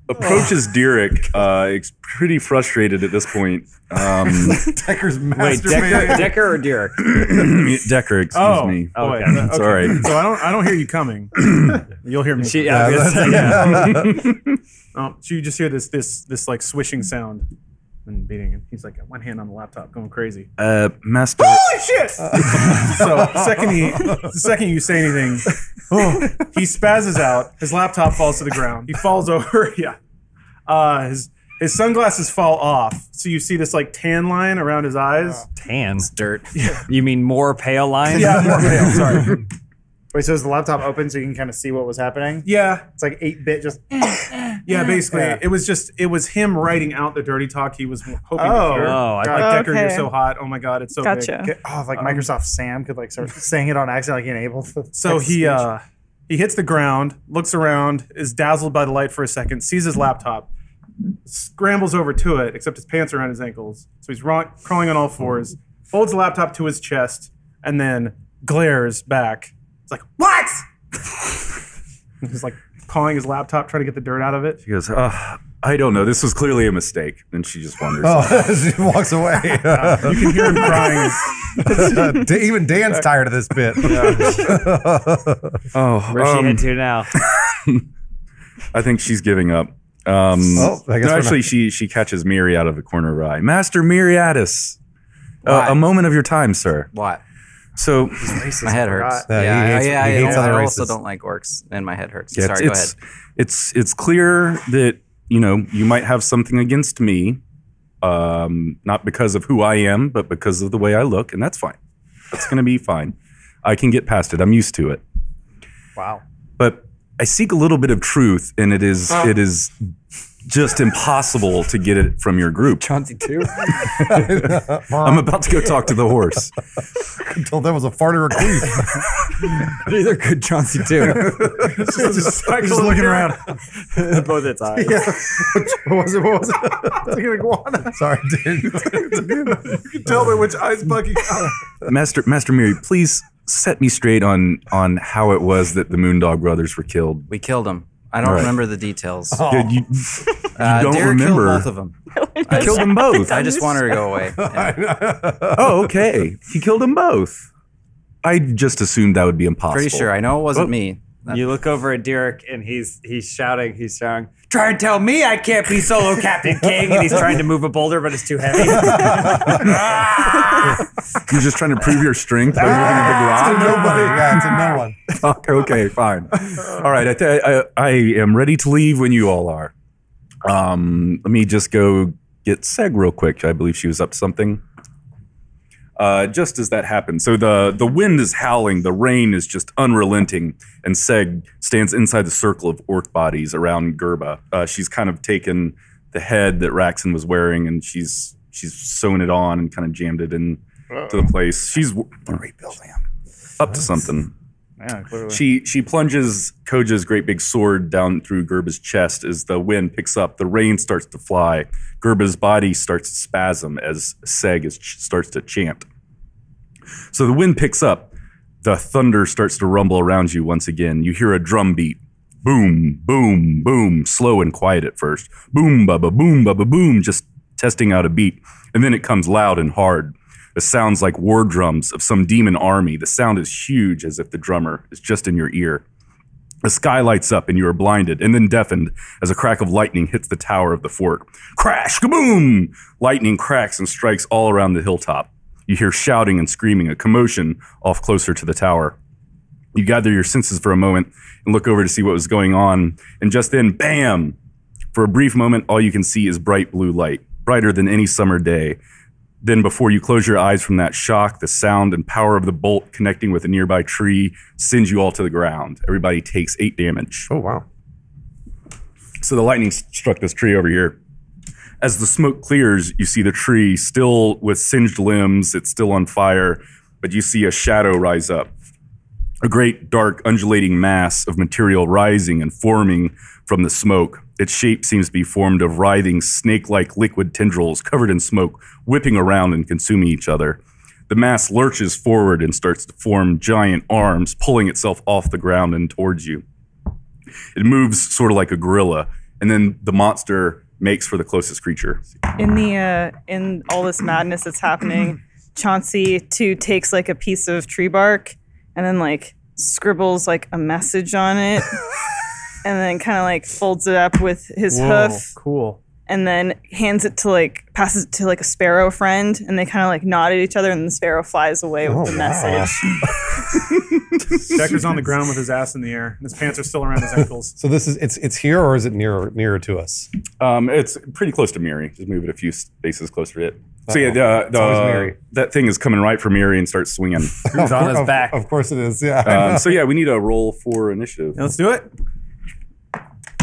I: approaches Derek. Uh, he's pretty frustrated at this point. Um,
B: Decker's
C: Wait,
B: master
C: Decker, Decker or Derek?
I: Decker, excuse
E: Oh,
I: me.
E: oh, wait,
C: Okay.
E: okay.
I: Sorry.
E: So I don't I don't hear you coming. You'll hear me.
C: She, yeah, I was gonna say,
E: Oh, so you just hear this this this like swishing sound and beating, and he's like got one hand on the laptop going crazy.
I: Uh, Master.
E: So second he the second you say anything, oh, he spazzes out. His laptop falls to the ground. He falls over. Yeah, uh, his His sunglasses fall off, so you see this like tan line around his eyes.
C: Tan.
G: dirt.
C: You mean more pale lines?
E: yeah, more pale. Sorry.
F: Wait, so is the laptop open so you can kind of see what was happening?
E: Yeah,
F: It's like 8 bit, just.
E: yeah. Basically,
F: Yeah.
E: it was just it was him writing out the dirty talk he was hoping
F: Oh.
E: to hear.
C: Oh, I
E: like
F: thought-
E: Decker, you're
D: Okay.
E: so hot. Oh my god, it's so big.
D: Gotcha.
F: Get- oh, if, like Microsoft Sam could like start saying it on accident, like enable the.
E: So
F: text
E: he
F: speech.
E: uh, he hits the ground, looks around, is dazzled by the light for a second, sees his laptop, scrambles over to it, except his pants are around his ankles. So he's ro- crawling on all fours, folds the laptop to his chest, and then glares back. It's like what? he's like pawing his laptop, trying to get the dirt out of it.
A: She goes, uh, I don't know. This was clearly a mistake. And she just wonders.
B: Oh, she walks away.
E: You can hear him crying.
B: Even Dan's tired of this bit.
A: Oh,
C: Where's she
A: um,
C: into now?
A: I think she's giving up. Um,
B: Oh, I guess
A: no,
B: we're
A: actually,
B: not-
A: she she catches Miri out of the corner of her eye. Master Miriatis, uh,
G: Why?
A: a moment of your time, sir.
G: What?
A: So
G: My head hurts.
B: Yeah, he
G: yeah,
B: hates-
G: I, I,
B: he hates
G: I,
B: other
G: I
B: races.
G: also don't like orcs, and my head hurts.
A: yeah, it's,
G: Sorry, go
A: it's,
G: ahead.
A: it's it's clear that you know you might have something against me, um, not because of who I am, but because of the way I look, and that's fine. That's going to be fine. I can get past it. I'm used to it.
F: Wow.
A: but I seek a little bit of truth, and it is it is just impossible to get it from your group.
G: Chauncey too.
A: I'm about to go talk to the horse.
B: Until there Oh, was a fart or a queef.
G: Either good Chauncey too.
F: Just looking around.
C: Both its eyes.
F: what was it? What was it? Like an iguana.
B: Sorry, dude.
E: Tell me which eye's bugging out.
A: Master Master Miri, please set me straight on on how it was that the Moondog brothers were killed.
G: We killed him. I don't
A: Right.
G: remember the details.
B: Oh,
A: Dude, you,
G: uh,
A: don't
G: Derek killed
A: remember.
G: both of them.
A: I killed them both.
G: I just want her to go away. Yeah.
A: oh, okay. He killed them both. I just assumed that would be impossible.
G: Pretty sure. I know it wasn't
A: Oh.
G: me. That-
C: You look over at Derek and he's he's shouting, he's shouting, try and tell me I can't be solo Captain King. And he's trying to move a boulder, but it's too heavy.
A: You're just trying to prove your strength by moving a big rock.
B: Ah, Nobody. Yeah, it's a no one.
A: Fuck, okay, fine. All right, I, th- I, I am ready to leave when you all are. Um, let me just go get Seg real quick. I believe she was up to something. Uh, just as that happened, so the the wind is howling, the rain is just unrelenting, and Seg stands inside the circle of orc bodies around Gerba. Uh, she's kind of taken the head that Raxon was wearing, and she's she's sewn it on and kind of jammed it in to the place. She's w- up to something.
F: Yeah, clearly.
A: She she plunges Koja's great big sword down through Gerba's chest as the wind picks up. The rain starts to fly. Gerba's body starts to spasm as Seg is, starts to chant. So the wind picks up. The thunder starts to rumble around you once again. You hear a drum beat. Boom, boom, boom. Slow and quiet at first. Boom, ba ba boom, ba ba boom. Just testing out a beat. And then it comes loud and hard. The sounds like war drums of some demon army. The sound is huge as if the drummer is just in your ear. The sky lights up and you are blinded and then deafened as a crack of lightning hits the tower of the fort. Crash, kaboom! Lightning cracks and strikes all around the hilltop. You hear shouting and screaming, a commotion off closer to the tower. You gather your senses for a moment and look over to see what was going on. And just then, bam! For a brief moment, all you can see is bright blue light, brighter than any summer day. Then, before you close your eyes from that shock, the sound and power of the bolt connecting with a nearby tree sends you all to the ground. Everybody takes eight damage.
B: Oh, wow.
A: So the lightning struck this tree over here. As the smoke clears, you see the tree still with singed limbs. It's still on fire, but you see a shadow rise up. A great, dark, undulating mass of material rising and forming from the smoke. Its shape seems to be formed of writhing, snake like liquid tendrils covered in smoke, whipping around and consuming each other. The mass lurches forward and starts to form giant arms, pulling itself off the ground and towards you. It moves sort of like a gorilla, and then the monster makes for the closest creature.
D: in the uh, in all this madness that's happening, Chauncey too takes like a piece of tree bark and then like scribbles like a message on it, and then kind of like folds it up with his hoof,
E: Cool.
D: and then hands it to like passes it to like a sparrow friend, and they kind of like nod at each other, and the sparrow flies away
G: Oh,
D: with the message.
E: Decker's on the ground with his ass in the air, and his pants are still around his ankles.
B: So this is it's it's here or is it nearer nearer to us?
I: Um, it's pretty close to Miri. Just move it a few spaces closer to it. So yeah, the, the,
B: always Miri.
I: that thing is coming right for Miri and starts swinging.
C: Who's on his
B: Of-
C: back?
B: Of course it is. Yeah. I know.
I: Um, so yeah, we need a roll for initiative.
E: Yeah, let's do it.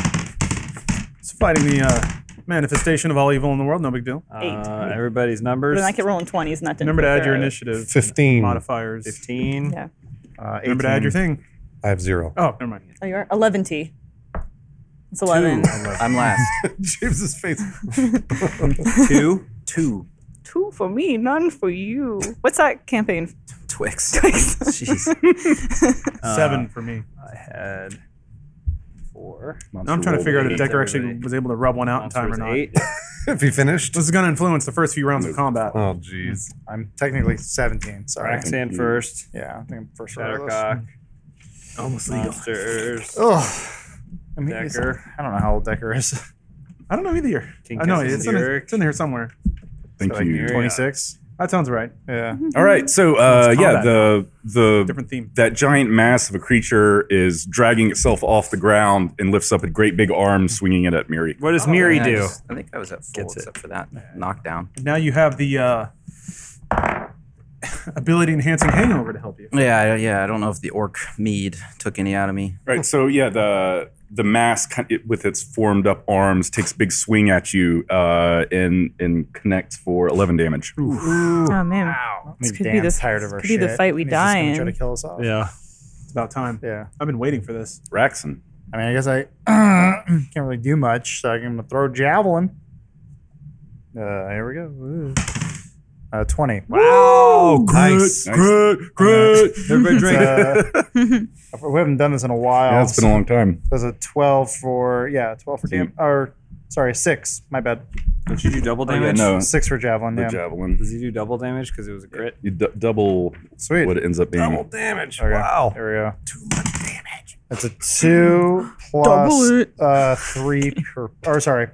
E: It's fighting the uh, manifestation of all evil in the world. No big deal.
C: Uh, everybody's
D: But
C: numbers.
D: then I keep rolling twenties, and that didn't.
E: Remember to
D: go
E: add your
D: fairly.
E: initiative
B: 15.
E: modifiers.
C: uh, Fifteen.
D: Yeah.
F: Uh,
E: Remember to add
F: 18.
E: your thing.
B: I have zero.
E: Oh, never mind.
D: Oh, you are eleven T. It's eleven.
G: I'm last.
B: James's face.
G: Two. Two.
D: Two for me, none for you. What's that campaign?
G: Twix.
D: Twix.
G: Jeez.
E: Seven for me.
C: I had four.
E: Now I'm trying to figure out if
G: eight,
E: Decker actually
G: everybody.
E: was able to rub one out in
C: Monster
E: time or
C: was
E: not.
C: eight.
B: If he finished.
E: This is going to influence the first few rounds of combat.
B: Oh jeez.
F: I'm technically 17. Sorry.
C: Roxanne first.
F: Yeah, I think I'm first round.
C: Shattercock.
E: Almost
C: Monsters.
F: Ugh. I mean, he's-
C: Decker.
F: I don't know how old Decker is.
E: I don't know either.
C: King
E: I know
C: Cassius
E: it's in,
C: Eric.
E: it's in here somewhere.
I: Thank
F: Like
I: you.
F: 26.
E: That sounds right.
F: Yeah.
I: All right, so uh,
E: It's
I: yeah,
E: combat.
I: the the
E: Different theme.
I: that giant mass of a creature is dragging itself off the ground and lifts up a great big arm, swinging it at Miri.
C: What does Miri
G: Yeah, I
C: do?
G: just- I think I was at full
C: Gets it.
G: except for that knockdown.
E: Now you have the uh, ability enhancing hangover to help you.
G: Yeah, I- yeah. I don't know if the orc mead took any out of me.
I: Right. So yeah, the the mass kin- it- with its formed up arms takes a big swing at you uh, and and connects for eleven damage.
D: Oh man. This
F: He's
D: could be
F: damn
D: this-
F: tired of our
D: could be the
F: shit,
D: fight we
F: and he's just
D: die
F: gonna
D: in.
F: Try to kill us off.
C: Yeah.
E: It's about time.
F: Yeah.
E: I've been waiting for this.
I: Raxon.
F: I mean, I guess I can't really do much, so I'm gonna throw javelin. Uh, here we go. Ooh. Uh, Twenty.
C: Wow.
B: Nice.
I: Oh, Great, great.
C: Everybody
F: It's,
C: drink.
F: uh, we haven't done this in a while.
I: Yeah, it's been a long time.
F: There's a twelve for yeah, twelve for dam- or sorry, six. My bad.
C: Did you do double
I: Oh, yeah,
C: damage?
I: no,
F: Six for javelin.
I: the
F: Yeah.
I: javelin.
C: Does he do double damage because it was a crit?
I: You d- double
F: Sweet.
I: what it ends up being.
B: damage.
F: Okay.
B: Wow.
F: There we go. Too much damage. It's a two plus
D: Double it.
F: uh, three per. Or sorry,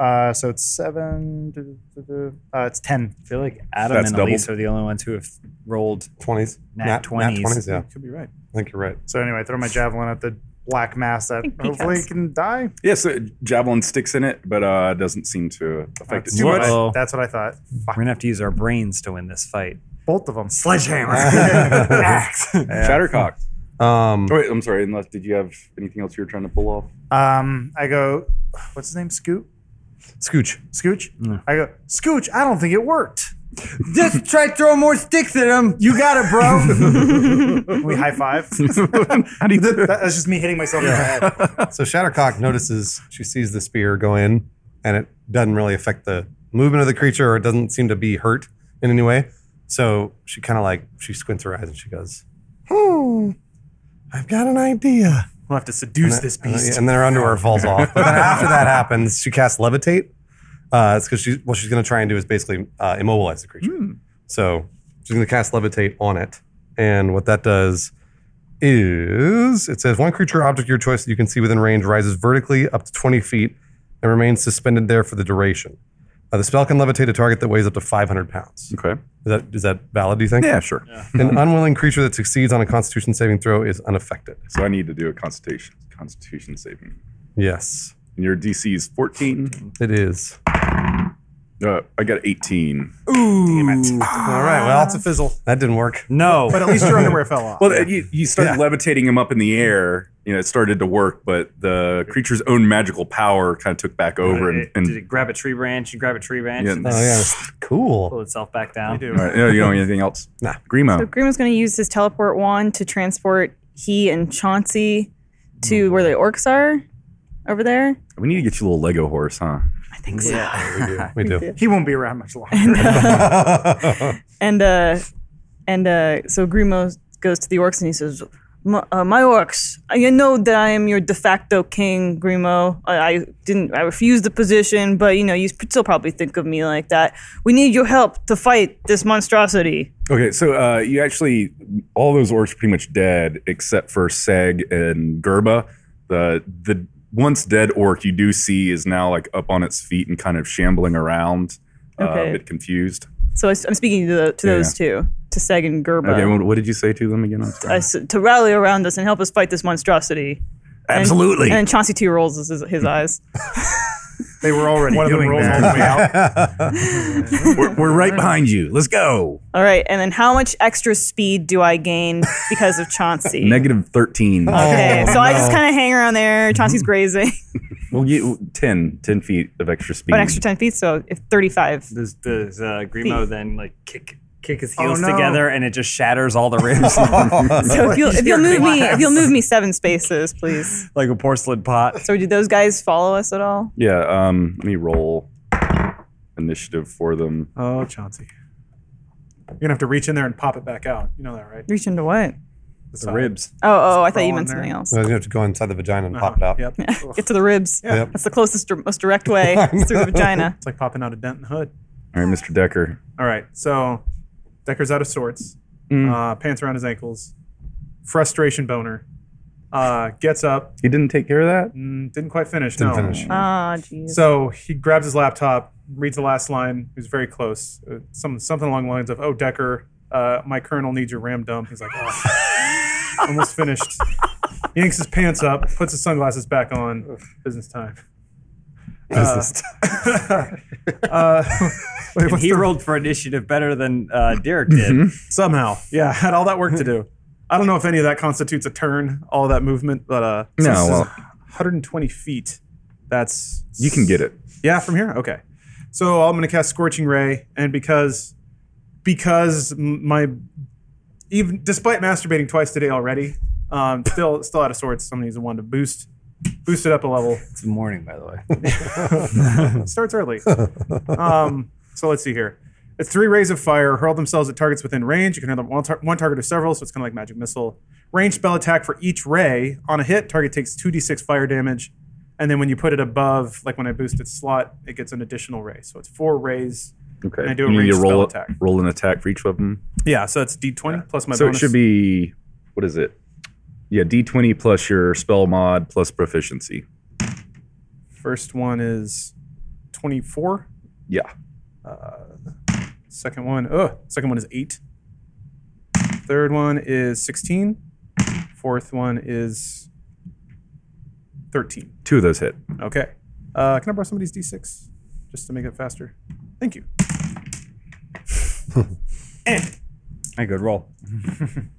F: uh, so it's seven. duh, duh, duh, duh. Uh, it's ten.
C: I feel like Adam
I: That's
C: and
I: doubled.
C: Elise are the only ones who have rolled.
B: Twenties.
C: Nat
B: Nat
C: 20s.
B: twenties. Yeah.
E: Could be right.
B: I think you're right.
F: So anyway, I throw my javelin at the black mass that
D: think he
F: hopefully
D: counts.
F: can die.
I: Yeah, so javelin sticks in it, but uh, doesn't seem to affect it
F: That's
I: too
F: what
I: much.
F: I-
C: Uh-oh.
F: That's what I thought.
C: We're gonna have to use our brains to win this fight.
F: Both of them.
I: Shattercock.
B: Um.
I: Oh, wait, I'm sorry. Unless did you have anything else you were trying to pull off?
F: Um, I go. What's his name? Scoot.
B: Scooch.
F: Scooch. I go. Scooch. I don't think it worked.
C: Just try throw more sticks at him. You got it, bro.
F: we high five. That- That's just me hitting myself in the head.
B: So Shattercock notices she sees the spear go in, and it doesn't really affect the movement of the creature, or it doesn't seem to be hurt in any way. So she kind of like she squints her eyes and she goes, "Hmm, I've got an idea."
E: We'll have to seduce this
B: And then-
E: beast.
B: Uh, And then her underwear falls off. But then after that happens, she casts levitate. Uh, it's because she what she's going to try and do is basically uh, immobilize the creature. So she's going to cast levitate on it, and what that does is it says one creature or object of your choice that you can see within range rises vertically up to 20 feet and remains suspended there for the duration. Uh, the spell can levitate a target that weighs up to 500 pounds. Is
I: Okay.
B: that is that valid? Do you think?
I: Yeah, sure.
B: An unwilling creature that succeeds on a Constitution saving throw is unaffected.
I: So I need to do a Constitution Constitution saving.
B: Yes,
I: And your DC is 14.
B: it is.
I: Uh, I got 18.
B: All right. Well, that's a fizzle. That didn't work.
C: no.
E: but at least your underwear fell off.
I: Well, you, you started
B: Yeah.
I: levitating him up in the air. You know, it started to work, but the creature's own magical power kind of took back over and,
C: uh, Did
I: and
C: it grab a tree branch and grab a tree branch
I: Yeah.
C: and
B: Oh
C: then
B: yeah.
C: pull
B: Cool.
C: itself back
E: You
C: down?
E: do.
I: All right, you, know, you don't have anything else.
B: Nah.
D: So
I: Grimo.
D: Grima's going to use his teleport wand to transport he and Chauncey to where the orcs are over there.
I: We need to get you a little Lego horse, huh?
D: I think so.
G: Yeah.
B: We do.
F: He won't be around much longer.
D: And uh, and uh, so Grimo goes to the orcs and he says, "My, uh, my orcs, I know that I am your de facto king, Grimo. I, I didn't, I refused the position, but you know, you still probably think of me like that. We need your help to fight this monstrosity."
I: Okay, so uh, you actually, all those orcs are pretty much dead except for Seg and Gerba. The the once dead orc you do see is now like up on its feet and kind of shambling around, uh, a
D: Okay.
I: bit confused.
D: So I, am speaking to, the, to
I: Yeah,
D: those two, to Seg and Gerba.
I: Okay, what, what did you say to them again? I'm
D: I
I: sorry.
D: s- to rally around us and help us fight this monstrosity. And-
A: Absolutely.
D: And, Chauncey Two rolls his, his eyes.
E: They were already
F: One of them
E: doing
F: rolls all
E: that.
F: the way out.
A: we're, we're right behind you. Let's go.
D: All right, and then how much extra speed do I gain because of Chauncey?
I: Negative thirteen.
F: Oh,
D: okay, so I just kind of hang around there.
F: Mm-hmm.
D: Chauncey's grazing,
I: Well, you 10, 10 feet of extra speed.
D: but an extra ten feet, so if thirty-five.
C: Does, does uh, Grimo
D: Thief.
C: then like kick kick his heels
E: no.
C: together and it just shatters all the ribs
D: So if you'll, if you'll move me, if you'll move me seven spaces, please.
C: like a porcelain pot?
D: So do those guys follow us at all?
I: Yeah. Um. Let me roll initiative for them.
F: Oh, Chauncey. You're gonna have to reach in there and pop it back out. You know that, right?
D: Reach into what?
F: The
C: Ribs.
D: Oh, oh, I thought you
F: Crawl in
D: meant
F: there.
D: something else.
B: So you have to go inside the vagina and pop it
E: Uh-huh.
B: out.
F: Uh-huh. Yep.
D: Get to the ribs.
F: Yep.
D: That's the closest, dir- most direct way is through the vagina.
F: It's like popping out a dent in the hood.
I: All right, Mr. Decker.
F: All right. So Decker's out of sorts. Uh, pants around his ankles. Frustration boner. Uh, gets up.
I: He didn't take care of that.
F: Mm, didn't quite finish.
B: Didn't
F: no.
B: finish.
D: Ah, jeez.
F: So he grabs his laptop, reads the last line. It was very close. Uh, some something along the lines of, "Oh, Decker, uh, my colonel needs your ram dump." He's like, oh, almost finished. He yanks his pants up, puts his sunglasses back on. Business time. Business time. uh, wait,
C: And
F: what's
C: he
F: the-
C: rolled for initiative better than uh, Derek
I: Mm-hmm.
C: did.
F: somehow, yeah, had all that work to do. I don't know if any of that constitutes a turn, all that movement, but uh, since
I: No,
F: this is
I: well-
F: 120 feet. That's
I: You can get it.
F: Yeah, from here. Okay. So I'm going to cast Scorching Ray, and because because m- my even despite masturbating twice today already, um, still still out of sorts. So I'm going to use the one to boost boost it up a level.
C: It's morning, by the way.
F: Starts early. Um, so let's see here. It's three rays of fire hurl themselves at targets within range. You can hit them one, tar- one target of several, so it's kind of like magic missile. Range spell attack for each ray. On a hit, target takes 2d6 fire damage. And then when you put it above, like when I boost its slot, it gets an additional ray. So it's four rays.
I: Okay.
F: And I do a
I: you need
F: ranged
I: to roll
F: spell
I: a-
F: attack.
I: Roll an attack for each of them.
F: Yeah, so it's d20 plus my
I: so
F: bonus.
I: it should be what is it? Yeah, D20 plus your spell mod plus proficiency.
F: First one is 24.
I: Yeah.
F: Uh, Second one, oh, second one is eight. Third one is 16. Fourth one is 13.
I: Two of those hit.
F: Okay. Uh, can I borrow somebody's D6 just to make it faster? Thank you. Eh.
C: A good roll.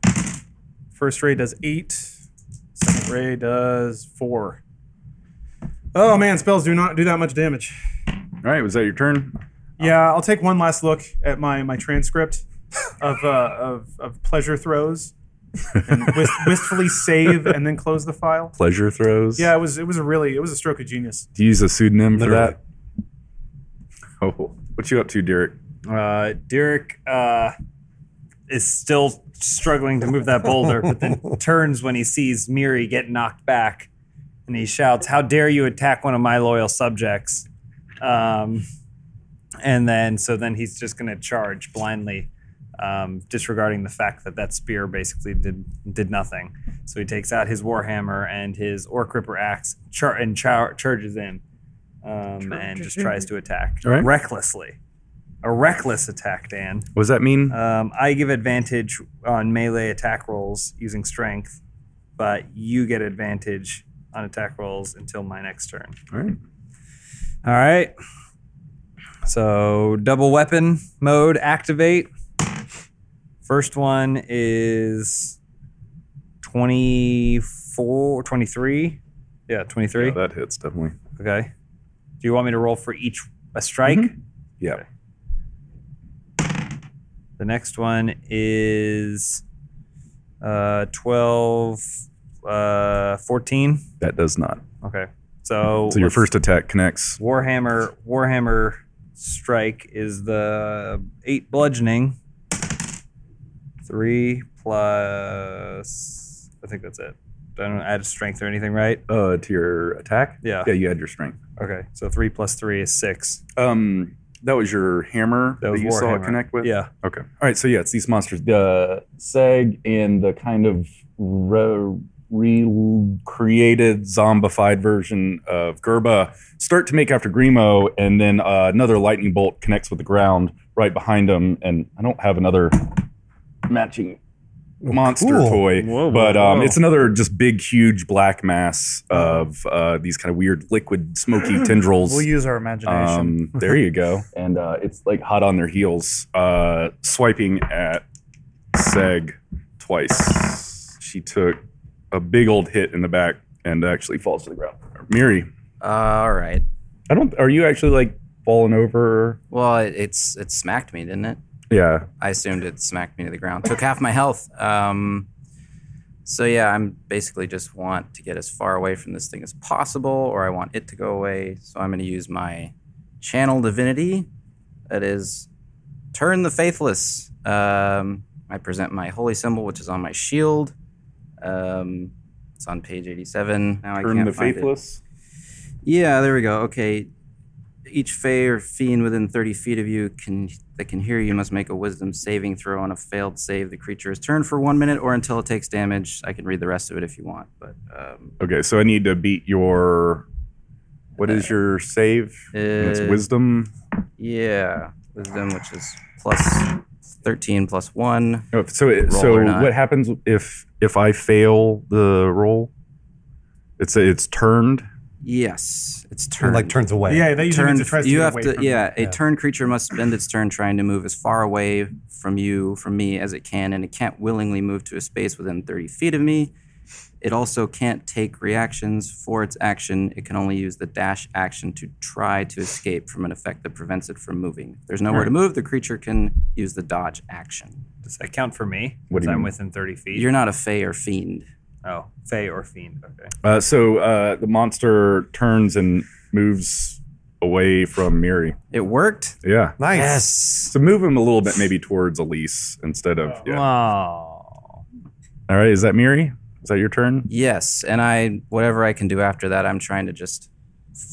F: First ray does eight. Second ray does four. Oh man, spells do not do that much damage.
I: All right, was that your turn?
F: Yeah, I'll take one last look at my my transcript of uh, of, of pleasure throws and wist- wistfully save and then close the file.
I: Pleasure throws.
F: Yeah, it was it was a really it was a stroke of genius.
I: Do you use a pseudonym
B: Literally.
I: for that? Oh, what you up to, Derek?
C: Uh, Derek uh, is still struggling to move that boulder, but then turns when he sees Miri get knocked back, and he shouts, "How dare you attack one of my loyal subjects!" Um, and then, so then he's just going to charge blindly, um, disregarding the fact that that spear basically did did nothing. So he takes out his warhammer and his orc ripper axe char- and char- charges in, um, and just tries to attack
I: All right.
C: recklessly. A reckless attack, Dan.
I: What does that mean?
C: Um, I give advantage on melee attack rolls using strength, but you get advantage on attack rolls until my next turn.
I: All right.
C: All right. So double weapon mode activate. First one is 24, 23. Yeah, 23.
I: Yeah, that hits definitely.
C: okay. Do you want me to roll for each a strike?
I: Yeah.
C: The next one is uh, 12, uh, 14.
I: That does not.
C: Okay. So,
I: So your
C: let's-
I: first attack connects.
C: Warhammer Warhammer strike is the eight bludgeoning. Three plus I think that's it. I don't add strength or anything, right?
I: Uh, to your attack.
C: Yeah.
I: Yeah, you had your strength.
C: Okay. So three plus three is six.
I: Um, that was your hammer that,
C: was
I: you saw it
C: Warhammer.
I: connect with.
C: Yeah.
I: Okay. All right. So yeah, it's these monsters. The Seg and the kind of ro- recreated zombified version of Gerba start to make after Grimo, and then uh, another lightning bolt connects with the ground right behind him. And I don't have another matching monster
B: Oh, cool.
I: toy,
E: Whoa, whoa,
I: but um,
E: whoa.
I: it's another just big, huge black mass of uh, these kind of weird liquid, smoky tendrils.
F: We'll use our imagination.
I: Um, there you go. And uh, it's like hot on their heels, uh, swiping at Seg twice. She took a big old hit in the back and actually falls to the ground. Miri,
G: Uh, all right.
I: I don't. Are you actually like falling over?
G: Well, it, it's it smacked me, didn't it?
I: Yeah.
G: I assumed it smacked me to the ground. Took half my health. Um, so yeah, I'm basically just want to get as far away from this thing as possible, or I want it to go away. So I'm going to use my channel divinity. That is, turn the faithless. Um, I present my holy symbol, which is on my shield. Um, it's on page 87. Now I
I: Turn
G: can't
I: the
G: find it.
I: faithless.
G: Yeah, there we go. Okay. Each fey or fiend within 30 feet of you can that can hear you must make a wisdom saving throw. On a failed save, the creature is turned for one minute or until it takes damage. I can read the rest of it if you want, but um,
I: Okay, so I need to beat your. What is your save? And it's
G: Uh,
I: wisdom.
G: yeah, wisdom, which is plus 13 plus one.
I: Oh, So, it,
G: Roll
I: so
G: or not.
I: what happens if if I fail the roll? It's it's turned.
G: Yes, it's turned.
B: Turn, like turns away.
E: Yeah, they usually
G: Turn-
E: need to try to
G: you
E: get
G: have
E: away
G: to,
E: from it.
G: yeah. A turn creature must spend its turn trying to move as far away from you, from me, as it can, and it can't willingly move to a space within 30 feet of me. It also can't take reactions for its action. It can only use the dash action to try to escape from an effect that prevents it from moving. If There's nowhere to move. The creature can use the dodge action.
C: Does that count for me?
I: What do
C: Because
I: you
C: I'm
I: mean?
C: within 30 feet.
G: You're not a fey or fiend.
C: oh, Fey or Fiend. Okay.
I: Uh, so uh, the monster turns and moves away from Miri.
G: It worked.
I: Yeah.
B: Nice.
I: So move him a little bit, maybe towards Elise instead of. yeah.
C: Wow.
I: All right. Is that Miri? Is that your turn?
G: Yes, and I whatever I can do after that, I'm trying to just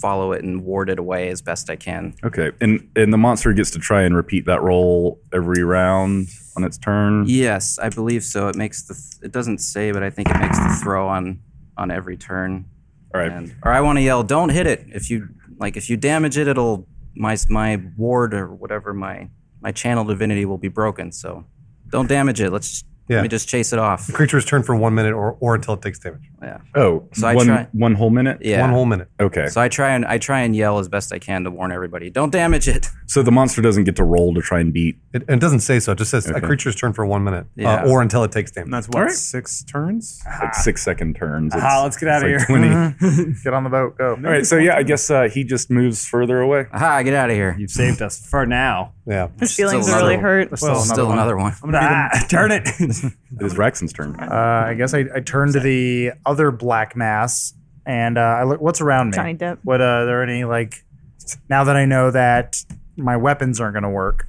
G: follow it and ward it away as best I can.
I: Okay. And and the monster gets to try and repeat that roll every round on its turn.
G: Yes, I believe so. It makes the th- it doesn't say, but I think it makes the throw on on every turn.
I: All right.
G: And or I want to yell, "Don't hit it!" If you like, if you damage it, it'll my my ward or whatever my my channel divinity will be broken. So don't damage it. Let's just,
B: Yeah.
G: let me just chase it off.
B: The creature is turned for one minute or, or until it takes damage.
I: Oh,
G: So I
I: one-
G: try-
I: one whole minute.
G: Yeah.
B: One whole minute.
I: Okay.
G: So I try and I try and yell as best I can to warn everybody, "Don't damage it."
I: So the monster doesn't get to roll to try and beat.
B: It, and it doesn't say so. It just says a
I: Okay.
B: creature's turned for one minute
G: Yeah.
B: uh, or until it takes damage.
E: And that's what six turns.
I: Like six second turns. It's-
C: Ah, let's get out of
I: it's
C: here.
I: like 20.
F: Get on the boat. Go.
I: All right, so yeah, I guess uh, he just moves further away.
G: Aha! Get out of here.
C: You've saved us for now.
B: Yeah.
D: His feelings
G: Still
D: are really
G: another-
D: hurt.
F: There's still another
G: Still
F: one.
G: another one.
C: Ah, turn it.
I: It is Raxon's turn.
F: Uh, I guess I, I turn to the other black mass and uh, I look. What's around me?
D: Johnny Depp.
F: What uh, are there any like? Now that I know that my weapons aren't going to work,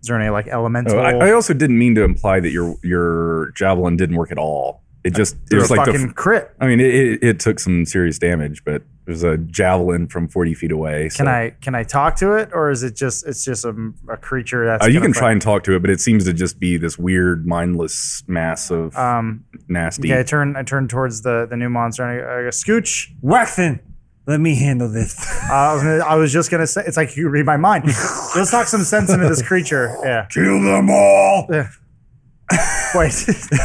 F: is there any like elemental?
I: Oh, I, I also didn't mean to imply that your your javelin didn't work at all. It just it
F: Threw
I: was
F: Uh, a
I: like the,
F: fucking
I: f-
F: crit.
I: I mean it, it, it took some serious damage, but it was a javelin from forty feet away. So.
F: Can I can I talk to it, or is it just it's just a, a creature that's?
I: Uh, you
F: gonna
I: can
F: fight?
I: try and talk to it, but it seems to just be this weird, mindless mass of
F: Um,
I: nasty.
F: okay, I turn I turn towards the the new monster and I, I go, scooch.
C: Waxen, let me handle this.
F: Uh, I, was gonna, I was just gonna say it's like you read my mind. Let's talk some sense into this creature. Yeah.
I: Kill them all.
F: Wait,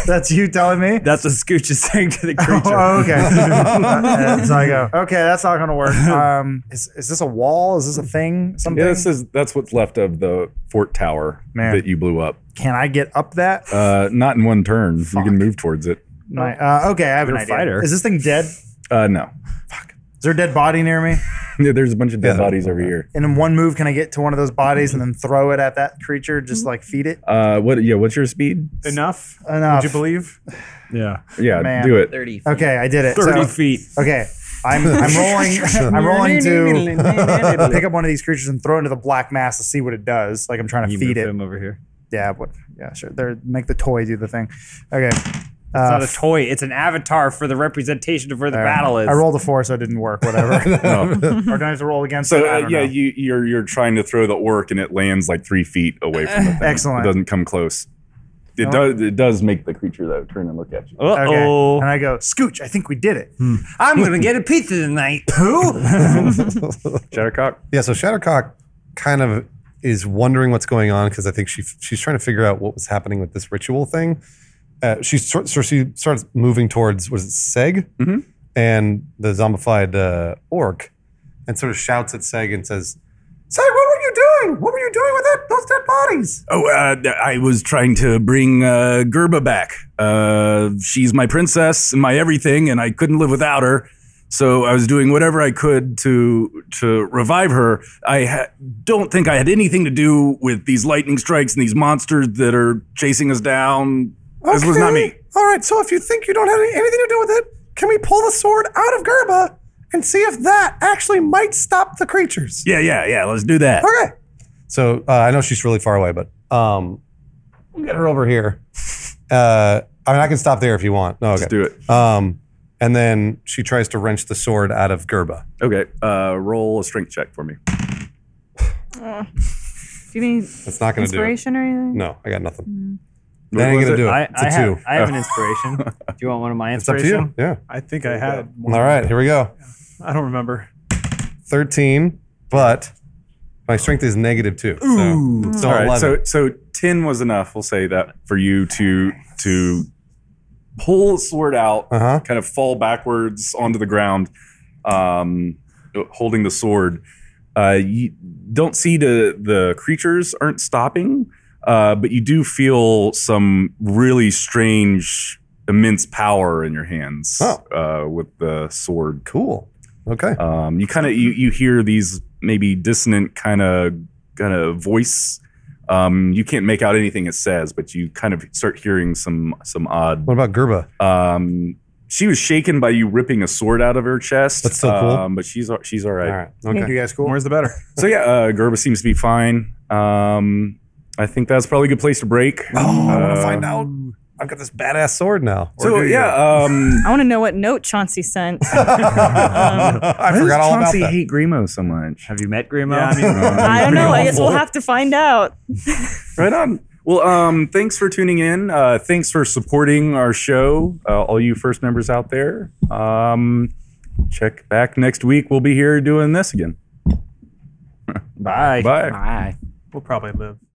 F: that's you telling me?
C: That's what Scooch is saying to the
F: Oh,
C: creature.
F: oh, okay. And so I go, okay, that's not gonna work. Um, is, is this a wall? Is this a thing? Something?
I: Yeah, this is that's what's left of the fort tower
F: Man.
I: that you blew up.
F: Can I get up that?
I: Uh, not in one turn. You can move towards it.
F: My- uh, okay, I have an
C: You're a
F: idea.
C: fighter.
F: Is this thing dead? Is
I: Uh, no,
F: there a dead body near me?
I: there's a bunch of dead
B: Yeah.
I: bodies over here.
F: And in one move, can I get to one of those bodies and then throw it at that creature? Just like feed it?
I: Uh, what? Yeah, what's your speed?
E: Enough.
F: Enough.
E: Would you believe?
C: Yeah.
I: Yeah,
F: Man.
I: do it.
G: Thirty.
F: Okay, I did it.
C: 30
F: So-
C: feet.
F: Okay. I'm, I'm rolling I'm rolling to pick up one of these creatures and throw it into the black mass to see what it does. Like I'm trying to
C: You move
F: feed it.
C: him over here.
F: Yeah, what yeah, sure. They're make the toy do the thing. Okay.
C: It's
F: Uh,
C: not a toy. It's an avatar for the representation of where the battle is.
F: I rolled a four, so it didn't work. Whatever.
I: No.
F: or do I have to roll against it?
I: So
F: I
I: uh,
F: don't
I: yeah,
F: know.
I: you, you're you're trying to throw the orc and it lands like three feet away from the thing.
F: Excellent.
I: It doesn't come close. It does. It does make the creature though turn and look at you.
C: Uh oh.
F: And I go, Scooch, I think we did it.
C: I'm going to get a pizza tonight. Who?
I: Shattercock.
B: Yeah, so Shattercock kind of is wondering what's going on because I think she she's trying to figure out what was happening with this ritual thing. Uh, she sort- so she starts moving towards was it Seg
I: Mhm.
B: and the zombified uh, orc, and sort of shouts at Seg and says, "Seg, what were you doing? What were you doing with that those dead bodies?"
A: Oh, uh, th- I was trying to bring uh, Gerba back. Uh, she's my princess and my everything, and I couldn't live without her. So I was doing whatever I could to to revive her. I ha- don't think I had anything to do with these lightning strikes and these monsters that are chasing us down. This was not me.
B: Okay. All right, so if you think you don't have any- anything to do with it, can we pull the sword out of Gerba and see if that actually might stop the creatures?
A: Yeah, yeah, yeah. Let's do that.
B: Okay. So uh, I know she's really far away, but um, we'll get her over here. Uh, I mean, I can stop there if you want. No, okay.
I: Let's do it.
B: Um, and then she tries to wrench the sword out of Gerba.
I: Okay. Uh, roll a strength check for me.
D: Do you need
B: That's not going to do it.
D: inspiration or anything?
B: No, I got nothing.
I: What
B: That ain't
I: was
B: going to
I: it?
B: do it.
C: I,
B: It's a
C: I,
B: two.
C: have, I have an inspiration. Do you want one of my
B: it's up to you.
C: inspiration?
B: Yeah.
E: I think I had. One.
B: All right, here we go.
E: I don't remember.
B: 13, but my strength is negative two.
D: Hmm.
B: Ooh. So, so
I: All right,
B: 11.
I: so so ten was enough. We'll say that for you to to pull the sword out,
B: Uh-huh.
I: kind of fall backwards onto the ground, um, holding the sword. Uh, you don't see the the creatures aren't stopping, uh, but you do feel some really strange, immense power in your hands uh, with the sword
B: cool. Okay.
I: um, you kind of you, you hear these maybe dissonant kind of kind of voice um, you can't make out anything it says but you kind of start hearing some some odd
B: What about Gerba?
I: um, she was shaken by you ripping a sword out of her chest
B: That's so cool.
I: um, but she's al- she's all right,
B: All right.
F: Okay.
B: Okay.
F: You guys cool?
E: Where's the better?
I: so yeah uh, gerba seems to be fine um, i think that's probably a good place to break
B: Oh, I want
I: Uh,
B: to find out. I've got this badass sword now. Or
I: so
B: do you?
I: yeah um,
D: I want to know what note Chauncey sent.
B: I forgot all about that.
I: hate grimo so much
C: Have you met Grimo?
E: Yeah, I mean-
D: I don't know. I guess we'll have to find out.
I: Right on. Well, um, thanks for tuning in. Uh, thanks for supporting our show, uh, all you first members out there. Um, check back next week. We'll be here doing this again.
C: Bye.
I: Bye.
G: Bye.
E: We'll probably live.